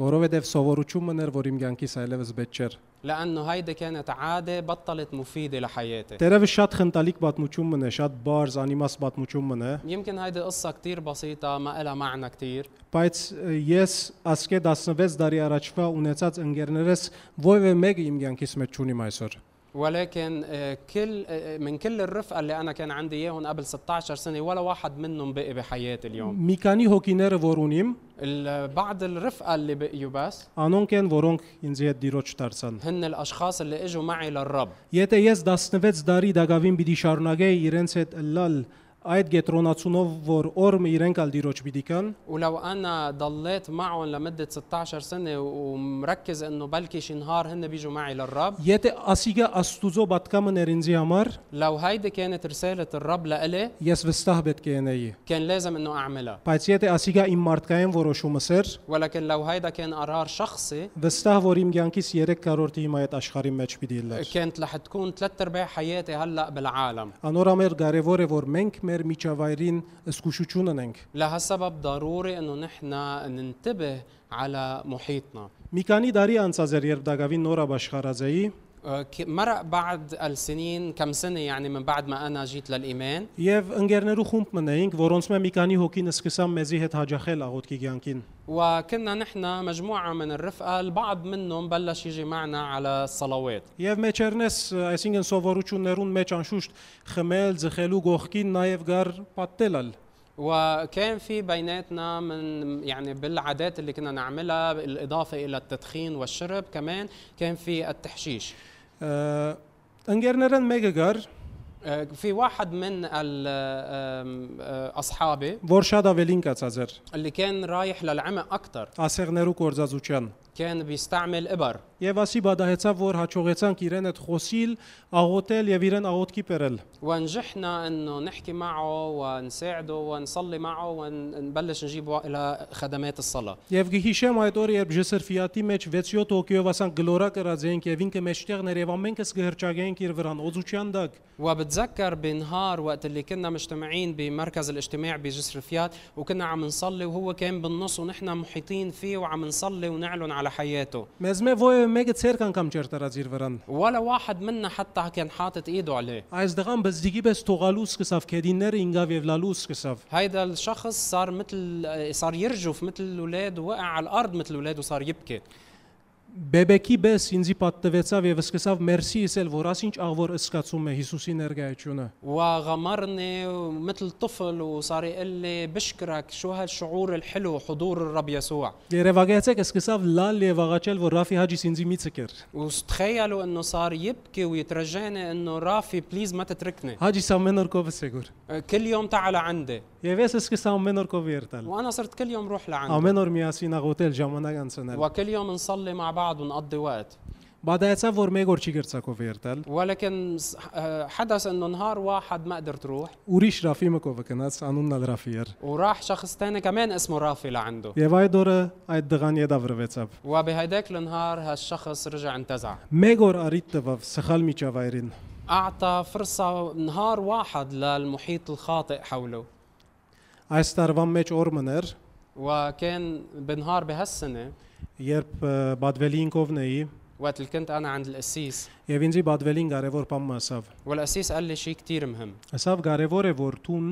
Որովհետև սովորություն մներ, որ իմ ցանկիս այլևս բետ չէր։ لانه هيدي كانت عاده بطلت مفيده لحياتي Տերևս շատ խնդալիկ պատմություն մնա, շատ բարձ անիմաս պատմություն մնա, يمكن هيدي قصة كتير بسيطة ما إلها معنى كتير բայց ը, ես ասկե 16 տարի առաջվա ունեցած ընկերներս ովևէ մեկը իմ ցանկիս մեջ չունիմ այսօր։ ولكن آه، كل آه، من كل الرفقة اللي أنا كان عندي إياهم قبل 16 سنة ولا واحد منهم بقي بحياتي اليوم Մի քանի հոգիները որ ունիմ, ال- بعض الرفقة اللي بقيوا بس Անոնք են, որոնք ինձ հետ դիրոջ դարձան։ هن الأشخاص اللي إجوا معي للرب Եթե ես 16 տարի դակավին պիտի շարունակեի իրենց հետ լալ այդ գետրոնացունով, որ օրը իրենք ալ դիրոջ պիտի կան, ولو انا ضليت معهم لمده 16 سنه ومركز انه بلكي شي نهار هن بيجوا معي للرب եթե ասիգա աստուծո պատկամներ ինձի համար, لو هيدي كانت رساله الرب لإلي ես վստահ պետք է ենեի։ كان لازم انه اعملها Բայց եթե ասիգա իմ մարդկային որոշումս էր, ولكن لو هيدا كان قرار شخصي վստահ որ իմ ցանկիս 3 կարորդի հիմա այդ աշխարհի մեջ պիտի լար։ كانت رح تكون ثلاث ارباع حياتي هلا بالعالم Անորամեր կարևոր է որ մենք մեր միջավայրին զգուշություն ունենք։ لهالسبب ضروري انه نحن ننتبه على محيطنا Մի քանի տարի անցած էր, երբ Դագավին նոր ապաշխարած էի, آه، ك- مرق بعد السنين كم سنة يعني من بعد ما أنا جيت للإيمان Եվ ընկերներու խումբ մնայինք, որոնց մե մի քանի հոգին սկսան մեզի հետ հաջախել աղոտքի ցանկին։ وكنا نحن مجموعة من الرفقة البعض منهم بلش يجي معنا على الصلوات Եվ մեջերնես, այսինքն սովորություններուն մեջ անշուշտ խմել, ձխելու գողքին նաև գար պատտելալ։ وكان في بيناتنا من يعني بالعادات اللي كنا نعملها بالإضافة إلى التدخين والشرب كمان كان في التحشيش Ա, Ընկերներն մեկը գար, آه، في واحد من ال- آم، آه، أصحابي որ շատ ավելին կացած էր اللي كان رايح للعمق أكثر ասեղներու կորզածության։ كان بيستعمل إبر Եվ ասի բադահեցավ, որ հաջողեցանք իրեն այդ խոսիլ, աղոտել եւ իրեն աղոտքի բերել։ ونجحنا انه نحكي معه ونساعده ونصلي معه ونبلش نجيبه الى خدمات الصلاه Եվ գիհիշեմ այդ օրը, երբ Ժեսերֆիատի մեջ 6-7 հոգիով ասան գլորա կրածեինք եւ ինքը մեջտեղներ եւ ամենքս կհրճագեինք իր վրան օծության դակ։ وبتذكر بنهار وقت اللي كنا مجتمعين بمركز الاجتماع بجسر فيات وكنا عم نصلي وهو كان بالنص ونحن محيطين فيه وعم نصلي ونعلن على حياته Մեզ մե ոյե մեկը ցերկ անգամ չեր տարած իր վրան։ ولا واحد منا حتى كان حاطط ايده عليه Այս դղան բզդիգի պես թողալու սկսավ քեդինները ինգավ եւ լալու սկսավ։ هيدا الشخص صار مثل صار يرجف مثل الاولاد ووقع على الارض مثل الاولاد وصار يبكي Բեբեկի պես ինձի պատտվեցավ եւ սկսավ մերսի իսել, որ ասինչ աղվոր սկացում է Հիսուսի ներկայությունը։ وغمرني مثل طفل وصار يقول لي بشكرك شو هالشعور الحلو حضور الرب يسوع Երևակայեցեք սկսավ լալ եւ աղաչել, որ Ռաֆի Հաջիս ինձի մի ցկեր։ وتخيلوا انه صار يبكي ويترجاني انه رافي بليز ما تتركني Հաջիս ամեն օր կովս է գոր։ كل يوم تعال عندي Եվ ես սկսա ամեն օր կով երտալ։ وانا صرت كل يوم روح لعنده Ամեն օր միասին աղոտել ժամանակ անցնել։ وكل يوم نصلي مع بعض ونقضي وقت Բադայեցավ որ մեկ օր չի գրծակով երտալ։ ولكن س- آه، حدث انه نهار واحد ما قدرت روح Ուրիշ Ռաֆի մկովը կնաց անունն ալ Ռաֆի էր։ وراح شخص تاني كمان اسمه رافي لعنده Եվ այդ օրը այդ դղան եդավրվեցավ։ وبهيداك النهار هالشخص رجع انتزع Մեկ օր արիտ տվավ սխալ միջավայրին։ أعطى فرصة نهار واحد للمحيط الخاطئ حوله Այս տարվա մեջ օրմն էր, وكان بنهار بهالسنة երբ ը, բադվելին կովնեի وقت اللي كنت أنا عند القسيس եւ ինձի բադվելին կարևոր բան ասավ։ والقسيس قال لي شيء كتير مهم Ասավ կարևոր է որ տուն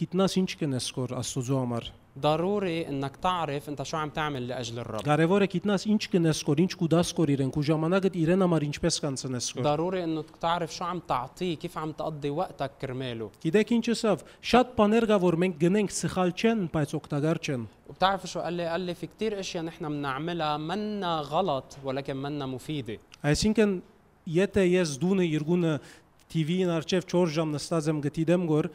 գիտնաս ինչ կնես կոր Աստուծո համար։ ضروري انك تعرف انت شو عم تعمل لاجل الرب Կարևոր է գիտնաս ինչ կնես կոր, ինչ կուդաս կոր իրենք ու ժամանակդ իրեն համար ինչպես կանցնես կոր։ ضروري انك تعرف شو عم تعطيه كيف عم تقضي وقتك كرماله Գիտեք ինչ ասավ, շատ բաներ կա որ մենք գնենք սխալ չեն, բայց օգտակար չեն։ وبتعرف شو قال لي قال لي في كتير اشياء نحن بنعملها منا غلط ولكن منا مفيده Այսինքն, եթե ես դունը երգունը TV-ին արջև 4 ժամ նստած եմ գտիդեմ գոր,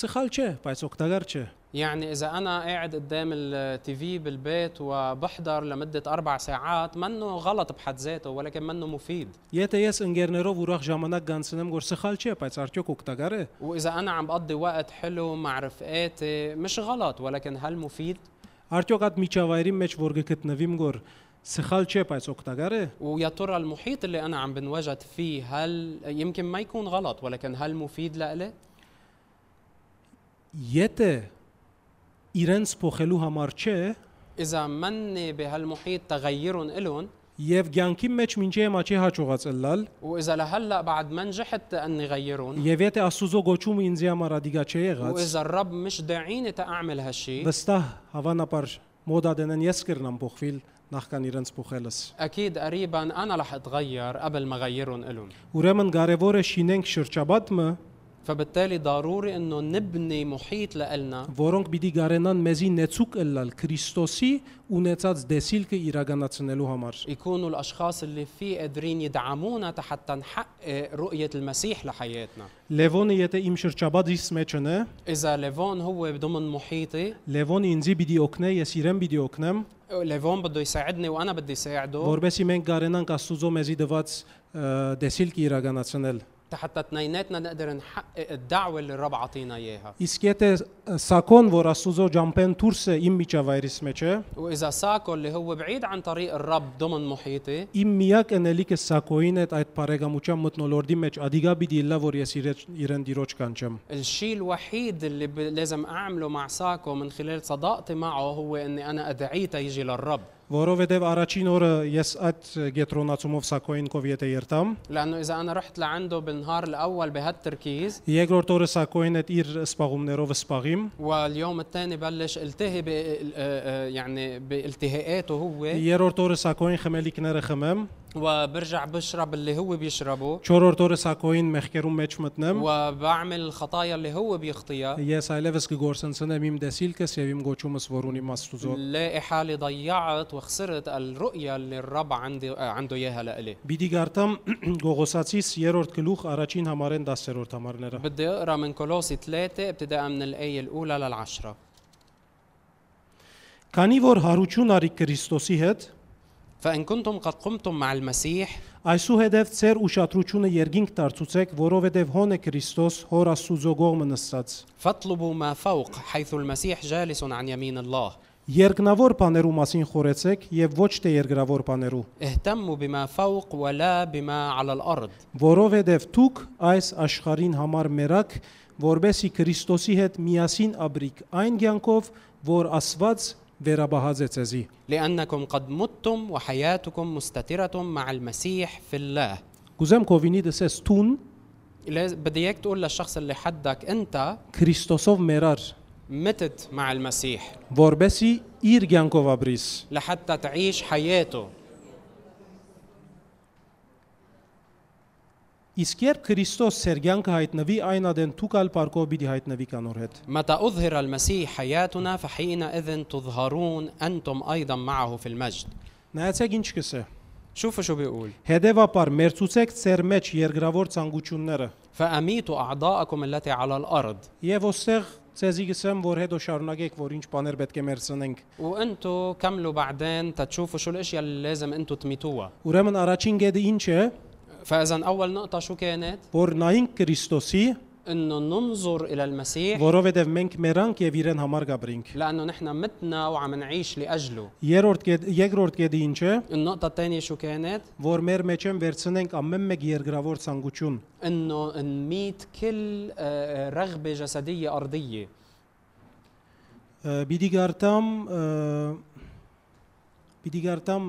սխալ չէ, բայց օգտակար չէ։ يعني اذا انا قاعد قدام التي في بالبيت وبحضر لمده اربع ساعات منه غلط بحد ذاته ولكن منه مفيد Եթե ես ընկերներով ուրախ ժամանակ գանցնեմ գոր, սխալ չէ, բայց արդյոք օգտակար է։ واذا انا عم بقضي وقت حلو مع رفقاتي مش غلط ولكن هل مفيد Արդյոք այդ միջավայրի մեջ որ գտնվիմ գոր, սխալ չէ, բայց օգտակար է։ ويا ترى المحيط اللي انا عم بنوجد فيه هل يمكن ما يكون غلط ولكن هل مفيد لإلي Եթե իրենց փոխելու համար չէ, اذا مني بهالمحيط تغيرهم إلهم եւ ցանկի մեջ ինչեւ աչի հաջողացել լալ, واذا لهلا بعد ما نجحت اني غيرهم Եվ եթե Աստուծո գոչումը ինձ համար ադիգա չի եղած, واذا الرب مش داعيني تاعمل هالشي վստահ հավանաբար մոդադենեն ես կրնամ փոխվել նախքան իրենց փոխելս։ اكيد قريبا انا رح اتغير قبل ما غيرهم الهم Ուրեմն կարևոր է շինենք շրջապատը, فبالتالي ضروري انه نبني محيط لنا որոնք պիտի գարենան մեզի նեցուկ ըլլալ Քրիստոսի ունեցած դեսիլքը իրականացնելու համար։ يكونوا الاشخاص اللي فيه قادرين يدعمونا حتى نحقق رؤيه المسيح لحياتنا Լևոնը եթե իմ շրջապատից մեջն է, اذا ليفون هو ضمن محيطي Լևոնը ինձ պիտի օգնե, ես իրեն պիտի օգնեմ, ليفون بده يساعدني وانا بدي ساعده որովհետեւ մենք գարենանք Աստուծո մեզի դված ը, դեսիլքը իրականացնել։ حتى اثنيناتنا نقدر نحقق الدعوه اللي الرب عطينا اياها Իսկ եթե սակոն, որ Աստուծո ջամփեն դուրս է իմ միջավայրից մեջ է, واذا ساكو اللي هو بعيد عن طريق الرب ضمن محيطي Իմ միակ ընելիքը սակոին է այդ բարեկամության մտնոլորդի մեջ ադիգա պիտի լա որ ես իրեն իրեն դիրոջ կանչեմ։ الشيء الوحيد اللي ب... لازم اعمله مع ساكو من خلال صداقتي معه هو اني انا ادعيه تيجي للرب Որովհետև առաջին օրը ես այդ գետրոնացումով Սակոյենկով եթե երթամ, لانه اذا انا رحت لعنده بالنهار الاول بهالتركيز երկրորդ օրը Սակոյենը իր սպաղումներով սպաղիմ, واليوم الثاني بلش التهي ب يعني بالتهاءاته هو երրորդ օրը Սակոյեն խմելիքները խմեմ, وبرجع بشرب اللي هو بيشربه չորրորդ օրը Սակոյեն մեղքերում մեջ մտնեմ, وبعمل الخطايا اللي هو بيخطيها ես այլևս կգործընծնեմ իմ դեսիլքս եւ իմ գոչումս որ ունի Աստուծո։ لاقي حالي ضيعت وخسرت الرؤية اللي الرب عندي آه، عنده اياها لإلي Բիդի գարտամ Գողոսացիս 3-րդ գլուխ առաջին համարեն 10-րդ համարները։ بدي اقرا من كولوسي ثلاثة ابتداء من الآية الأولى للعشرة Քանի որ հարություն արի Քրիստոսի հետ, فإن كنتم قد قمتم مع المسيح այսուհետև ծեր ուշադրությունը երկինք դարձուցեք, որովհետև հոն է Քրիստոս հոր Աստուծո կողմը նստած։ فاطلبوا ما فوق حيث المسيح جالس عن يمين الله Երկնավոր բաներու մասին խորեցեք եւ ոչ թե երկրավոր բաներու, اهتموا بما فوق ولا بما على الأرض որովհետև դուք այս աշխարհին համար մերակ, որբեսի Քրիստոսի հետ միասին ապրիք այն ցանկով, որ Աստված վերաբահած է ցեզի։ لأنكم قد متم وحياتكم مستترة مع المسيح في الله Կուզեմ կովինի դսես տուն لاز- بدي اياك تقول للشخص اللي حدك انت Քրիստոսով մերար متت مع المسيح որբեսի իր ցանկով ապրիս لحتى تعيش حياته իսկ երբ քրիստոս սերգյան կհայտնվի այն ադեն թուկալ պարկով պիտի հայտնվի կանոր հետ متى أظهر المسيح حياتنا فحينئذ تظهرون أنتم أيضا معه في المجد նայեցեք ինչ կսե شوفوا شو بيقول հետևաբար մերցուցեք ծեր մեջ երկրավոր ցանկությունները فأميتوا أعضاءكم التي على الأرض եւ ոստեղ ցեզի գսեմ որ հետո շարունակեք որ ինչ բաներ պետք է մերցնենք وانتو كملوا بعدين تتشوفوا شو الاشياء اللي لازم انتو تميتوها ուրեմն առաջին գեդը ինչ է فاذا اول نقطه شو كانت որ նայինք քրիստոսի انه ننظر الى المسيح որովհետեւ մենք մեռանք եւ իրեն համար գաբրինք لانه نحن متنا وعم نعيش لاجله երրորդ գեդ երկրորդ գեդը ինչ է النقطه الثانيه شو كانت որ մեր մեջ են վերցնենք ամեն մեկ երկրավոր ցանկություն انه نميت كل آه، رغبه جسديه ارضيه Բիդիգարտամ Բիդիգարտամ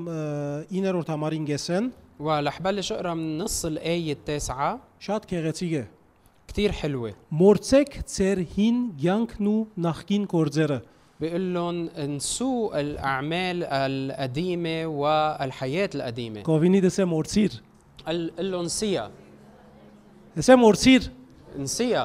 9-րդ համարին գեսեն ورح بلش اقرا من نص الايه التاسعه շատ քեղեցիկ է كثير حلوه մորցեք ծեր հին ցանկն ու նախքին գործերը بيقول لهم انسوا الاعمال القديمه والحياه القديمه կովինի դսե մորցիր قال قال لهم نسيها դսե մորցիր نسيها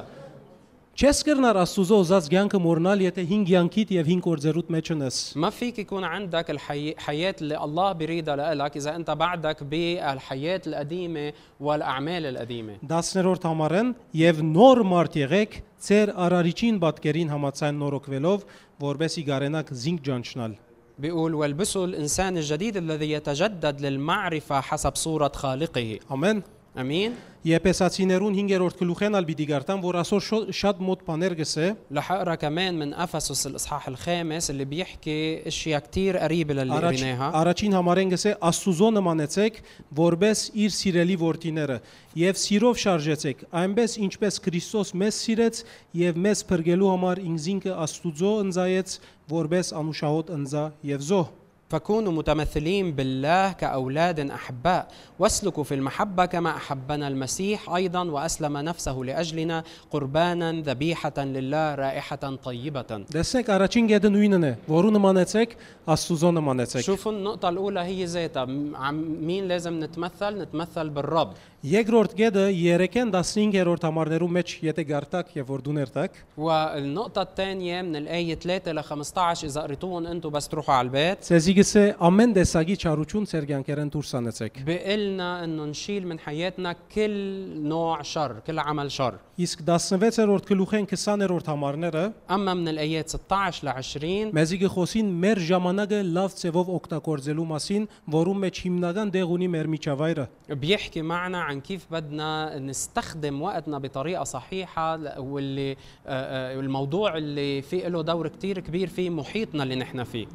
չես կրնար աստուծո ուզած ցանկը մորնալ եթե 5 ցանկիդ եւ 5 գործերուդ մեջ ես ما فيك يكون عندك الحياة اللي الله بريدها لك إذا أنت بعدك بالحياة القديمة والأعمال القديمة 10-րդ համարեն եւ նոր մարդ եղեք ծեր արարիչին պատկերին համացան նորոգվելով որբեսի գարենակ զինք ջանչնալ بيقول والبسوا الإنسان الجديد الذي يتجدد للمعرفة حسب صورة خالقه ամեն أمين Եփեսացիներուն 5-րդ գլուխեն ալ պիտի գարտան, որ այսօր շո- շատ մոտ բաներ գսե, رح اقرا كمان من افسس الاصحاح الخامس اللي بيحكي اشياء كتير قريبه للي առաջ- قريناها առաջին համարեն գսե Աստուծո նմանեցեք, որբես իր սիրելի որդիները, եւ սիրով շարժեցեք, այնպես ինչպես Քրիստոս մեզ սիրեց եւ մեզ փրկելու համար ինձ ինքը Աստուծո ընծայեց, որբես անուշահոտ ընծա եւ զոհ։ فكونوا متمثلين بالله كاولاد احباء واسلكوا في المحبه كما احبنا المسيح ايضا واسلم نفسه لاجلنا قربانا ذبيحه لله رائحه طيبه Դեսեք առաջին գեդը նույնն է, որու նմանեցեք, Աստուծո նմանեցեք։ شوفوا النقطة الأولى هي ذاتها م- عم- مين لازم نتمثل؟ نتمثل بالرب Երկրորդ գեդը 3-ն 15-րդ համարներու մեջ եթե գարտակ եւ որ դուներտակ, والنقطة الثانية من الآية 3 ل 15 إذا قريتوهم أنتم بس تروحوا على البيت Ցեզիգս է ամեն տեսակի չարություն ցերգյանքերեն դուրս անեցեք։ بقلنا أنه نشيل من حياتنا كل نوع شر كل عمل شر Իսկ 16-րդ գլուխեն 20-րդ համարները أما من الآيات 16 ل 20 մեզի գխոսին մեր ժամանակը լավ ծևով օգտագործելու մասին, որում մեջ հիմնական դեղ ունի մեր միջավայրը։ بيحكي معنا عن كيف بدنا نستخدم وقتنا بطريقة صحيحة ل- واللي آه، آه، الموضوع اللي في له دور كتير كبير في محيطنا اللي نحن فيه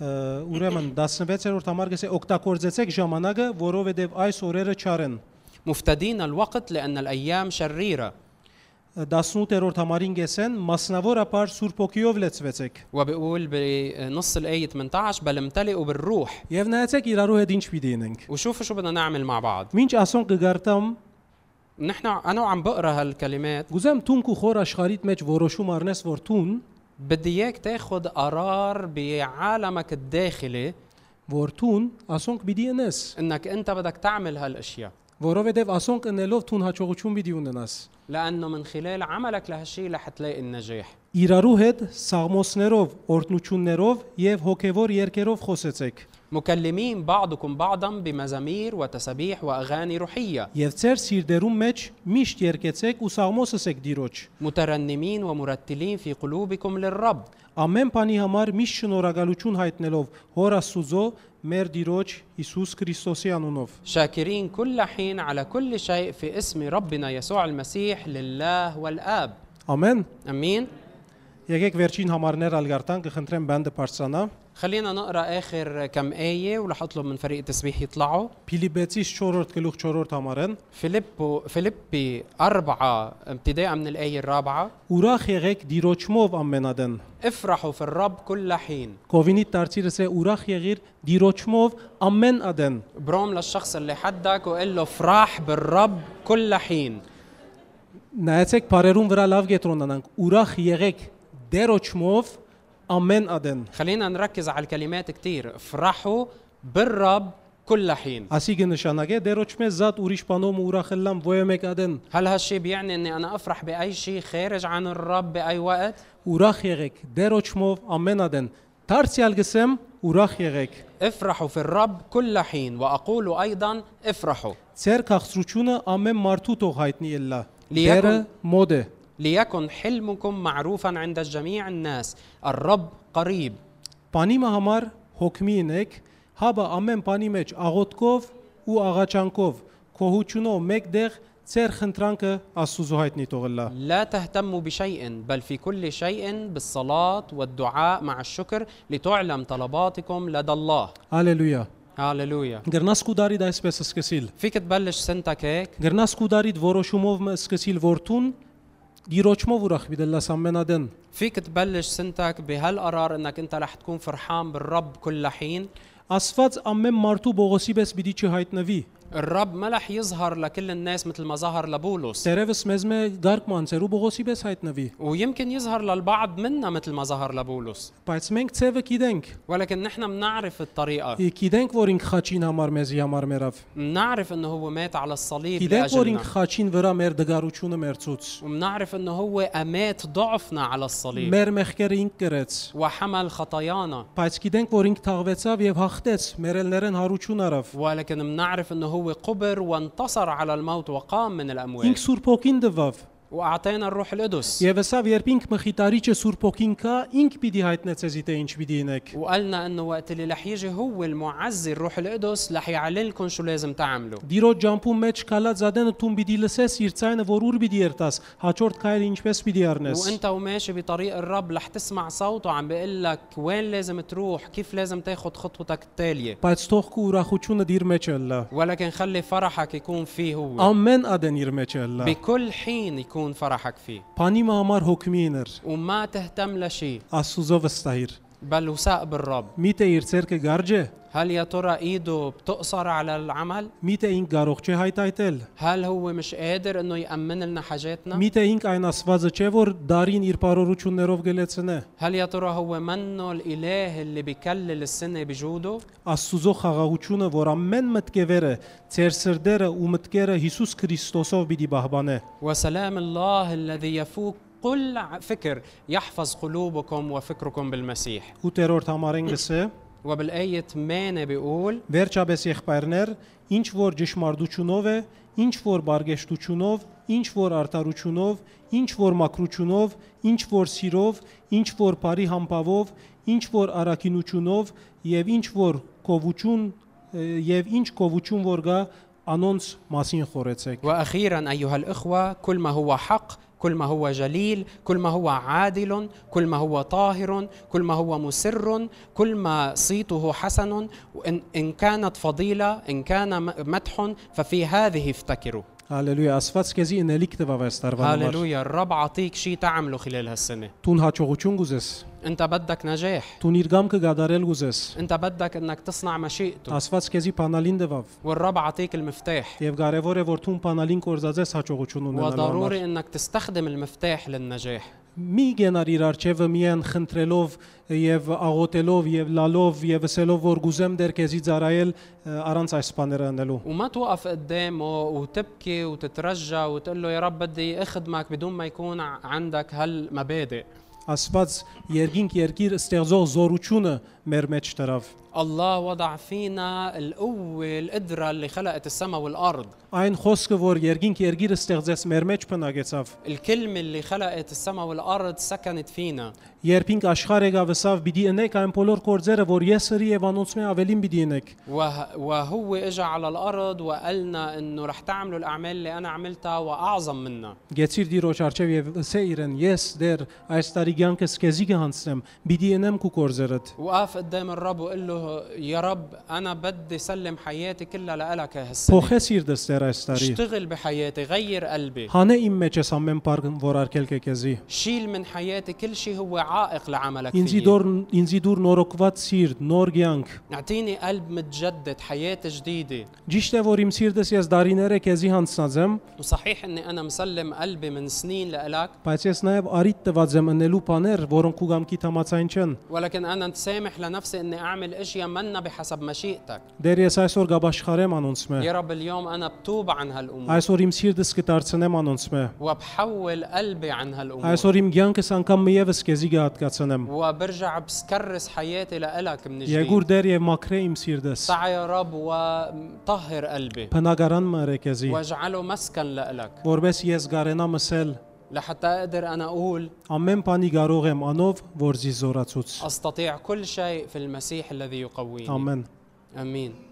Ը, Ուրեմն 16-րդ համարը ասե օգտագործեցեք ժամանակը, որովհետև այս օրերը չարեն։ مفتدين الوقت لأن الأيام شريرة 18-րդ համարին գեսեն մասնավորապես Սուրբ ոգիով լեցվեցեք։ وبيقول بنص الآية 18 بل امتلئوا بالروح Եվ նայեցեք իրարու հետ ինչ պիտի ինենք։ وشوفوا شو بدنا نعمل مع بعض Մինչ ասոն կգարտամ, نحن أنا وعم بقرأ هالكلمات գուզեմ թունք ու խոր աշխարհիդ մեջ որոշում առնես, որ թուն, بدي إياك تاخد قرار بعالمك الداخلي որ թուն ասոնք պիտի ընես, إنك أنت بدك تعمل هالأشياء որովհետև ասոնք ընելով թուն հաջողություն պիտի ունենաս։ لأنه من خلال عملك لهالشيء رح تلاقي النجاح Իրարու հետ սաղմոսներով, օրտնություններով եւ հոգեվոր երկերով խոսեցեք։ مكلمين بعضكم بعضا بمزامير وتسابيح وأغاني روحية Եվ ծեր սիրդերում մեջ միշտ երկեցեք ու սաղմոսսեք դիրոջ։ مترنمين ومرتلين في قلوبكم للرب Ամեն բանի համար միշտ շնորհակալություն հայտնելով Հորասուզո մեր Տիրոջ Հիսուս Քրիստոսի անունով։ شاكرين كل حين على كل شيء في اسم ربنا يسوع المسيح لله والآب Ամեն։ أمين Եկեք վերջին համարներ ալգարտան կխնդրեմ բանդը բարձրանա։ خلينا نقرا اخر كم ايه ورح اطلب من فريق التسبيح يطلعوا Փիլիպեցիս 4-րդ գլուխ 4-րդ համարեն։ فيليبو فيليبي أربعة ابتداء من الآية الرابعة Ուրախ եղեք Տիրոջմով ամենադեն։ افرحوا في الرب كل حين Կովինի դարձիրս է ուրախ եղիր Տիրոջմով ամեն ադեն։ برام للشخص اللي حدك وقول له افرح بالرب كل حين Նայեցեք բարերուն վրա լավ գետրոնանանք։ Ուրախ եղեք Տիրոջմով ամեն ադեն։ خلينا نركز على الكلمات كتير افرحوا بالرب كل حين Ասի գնշանագե Տիրոջմե զատ ուրիշ բանով ուրախելլամ ոյմեկ ադեն։ هل هالشي بيعني اني انا افرح باي شيء خارج عن الرب باي وقت Ուրախ եղեք Տիրոջմով ամեն ադեն։ Դարձյալ գսեմ ուրախ եղեք։ افرحوا في الرب كل حين واقول ايضا افرحوا Ձեր քաղցրությունը ամեն մարդու թող հայտնի ելլա։ Լիակոն- Տերը մոդ է։ ليكن حلمكم معروفا عند جميع الناس الرب قريب Պանիմը համար հոգմի ինեք, հաբը ամեն բանի մեջ աղոտկով ու աղաչանքով, քոհուչունով մեկտեղ ծեր խնդրանքը Աստուծո հայտնի թողելա։ لا تهتموا بشيء بل في كل شيء بالصلاة والدعاء مع الشكر لتعلم طلباتكم لدى الله Հալելույա։ هاللويا Գրնաս կուդարիդ այսպես սկսիլ։ فيك تبلش سنتك هيك Գրնաս կուդարիդ որոշումով մը սկսիլ որթուն դիրոճմով ուրախ միտելաս ամենադեն։ فيك تبلش سنتك بهالقرار انك انت رح تكون فرحان بالرب كل حين Աստված ամեն մարդու Բողոսի պես պիտի չհայտնվի։ الرب ما رح يظهر لكل الناس مثل ما ظهر لبولس Տերևս մեզ մե գարգ մանցերու Բողոսի պես հայտնվի։ ويمكن يظهر للبعض منا مثل ما ظهر لبولس Բայց մենք ցևը գիտենք։ ولكن نحن بنعرف الطريقة Գիտենք, որ ինք խաչին համար մեզի համար մերավ։ منعرف انه هو مات على الصليب Գիտենք, որ لاجلنا ինք խաչին վրա մեր դգարությունը մերցուց։ ومنعرف انه هو امات ضعفنا على الصليب Մեր մեղքերը ինք գրեց։ وحمل خطايانا Բայց գիտենք, որ ինք թաղվեցավ եւ հաղթեց, մերելներեն հարություն արավ։ ولكن منعرف انه هو قبر وانتصر على الموت وقام من الاموات Ինք Սուրբ Օքին դվավ։ واعطينا الروح القدس Եվ հեսավ, երբ ինք մխիտարիչը Սուրբ Օքին կա, ինք պիտի հայտնեցեզի թե ինչ պիտի ինեք։ وقالنا انه وقت اللي رح يجي هو المعزي الروح القدس رح يعلن لكم شو لازم تعملوا Դիրոջ ջամփում մեջ կալած զադենը տուն պիտի լսես իր ցայնը, որ ուր պիտի երտաս, հաջորդ քայլը ինչպես պիտի առնես։ وانت وماشي بطريق الرب رح تسمع صوته عم بيقول لك وين لازم تروح كيف لازم تاخد خطوتك التاليه Բայց թող քու ուրախությունը դիր մեջ ըլլա։ ولكن خلي فرحك يكون فيه هو Ամեն ադեն իր մեջ ըլլա։ بكل حين يكون فرحك فيه Փանիմը համար հոգմիներ։ وما تهتم لشيء Աստուծո վստահիր։ بل وثق بالرب Միթե իր ցերկը գարջե, هل يا ترى ايده بتقصر على العمل միթե ինք կարող չէ հայտայտել։ هل هو مش قادر انه يامن لنا حاجاتنا Միթե ինք այն աստվածը չէ, որ դարին իր բարորություններով գելեցնե։ هل يا ترى هو منه الاله اللي بكلل السنه بجوده Աստուծո խաղաղությունը, որ ամեն մտքևերը, ծեր սրդերը ու մտքերը Հիսուս Քրիստոսով պիտի բահբանե։ وسلام الله الذي يفوق كل ع- فكر يحفظ قلوبكم وفكركم بالمسيح 8-րդ համարեն գսե։ وبالايه 8 بيقول Վերջապես եղբայրներ, ինչ որ ճշմարտությունով է, ինչ որ բարգեշտությունով, ինչ որ արդարությունով, ինչ որ մակրությունով, ինչ որ սիրով, ինչ որ բարի համբավով, ինչ որ առաքինությունով եւ ինչ որ կովություն ը, եւ ինչ կովություն որ գա անոնց մասին խորեցեք։ واخيرا ايها الاخوه كل ما هو حق كل ما هو جليل كل ما هو عادل كل ما هو طاهر كل ما هو مسر كل ما صيته حسن وإن إن كانت فضيله ان كان م- مدح ففي هذه افتكروا Հալելույա, Աստված քեզի ընելիք տվա այս տարվա համար։ هاليلويا الرب عطيك شيء تعمله خلال هالسنة Տուն հաջողություն գուզես, انت بدك نجاح տուն իր գամքը գադարել գուզես։ انت بدك انك تصنع مشيئته Աստված քեզի բանալին տվավ։ والرب عطيك المفتاح Եվ կարևոր է որ տուն բանալին կորզածես հաջողություն ունենալու համար։ وضروري انك تستخدم المفتاح للنجاح Մի գենար իր արջևը միայն խնդրելով եւ աղոտելով եւ լալով եւ ասելով որ գուզեմ դեր քեզի ծարայել առանց այս բաները անելու։ وما توقف قدامه وتبكي وتترجى وتقول له يا رب بدي اخدمك بدون ما يكون ع- عندك هالمبادئ Աստված երկինք երկիր ստեղծող զորությունը մեր մեջ դրավ։ الله وضع فينا القوة القدرة اللي خلقت السماء والأرض Այն խոսքը, որ երկինք երկիրը ստեղծեց մեր մեջ բնագեցավ, الكلمة اللي خلقت السماء والأرض سكنت فينا երբ ինք աշխարհ եկավ ասավ՝ «Պիտի ընեք այն բոլոր կորձերը, որ ես սրի եւ անոնցմե ավելին պիտի ընեք»։ وه- وهو اجى على الأرض وقالنا إنه رح تعملوا الأعمال اللي أنا عملتها وأعظم منها Գեցիր դիրոջ արջև եւ ասե իրեն՝ «Ես դեր այս տարի ցանկս քեզի կհանցնեմ, պիտի ընեմ քու կորձերդ»։ وقف قدام الرب وقال له يا رب أنا بدي سلم حياتي كلها لإلك هالسنة Փոխես իր դստեր այս տարի։ اشتغل بحياتي غير قلبي Հանե իմ մեջ ես ամեն բար որ արկել կեզի։ شيل من حياتي كل شيء هو عائق لعملك Ինձի فيه դուր ինձի դուր նորոգված սիրտ, նոր ցանկ։ اعطيني قلب متجدد حياة جديدة Ճիշտ է որ իմ սիրտս ես դարիներ է քեզի հանցնած եմ, وصحيح اني انا مسلم قلبي من سنين لإلك բայց ես նաև արիտ տված եմ ընելու բաներ, որոնք ու գամքի համացայն չեն։ ولكن انا نسامح لنفسي اني اعمل اشياء منا بحسب مشيئتك Դեր ես այսօր գաբաշխարեմ անոնցմե։ يا رب اليوم انا بتوب عن هالامور Այսօր իմ սիրտս կդարձնեմ անոնցմե։ وبحول قلبي عن هالامور Այսօր իմ ցանկս անգամ միևս քեզի կհատկացնեմ։ وبرجع بسكرس حياتي لإلك من Եգուր جديد դեր եւ մաքրե իմ սիրտս։ سعى يا رب وطهر قلبي Բնակարան մը քեզի, واجعله مسكن لإلك որբես ես գարենա մսել لحتى اقدر انا اقول Ամեն բանի կարող եմ անով, որ զի զորացուց։ استطيع كل شيء في المسيح الذي يقويني Ամեն։ امين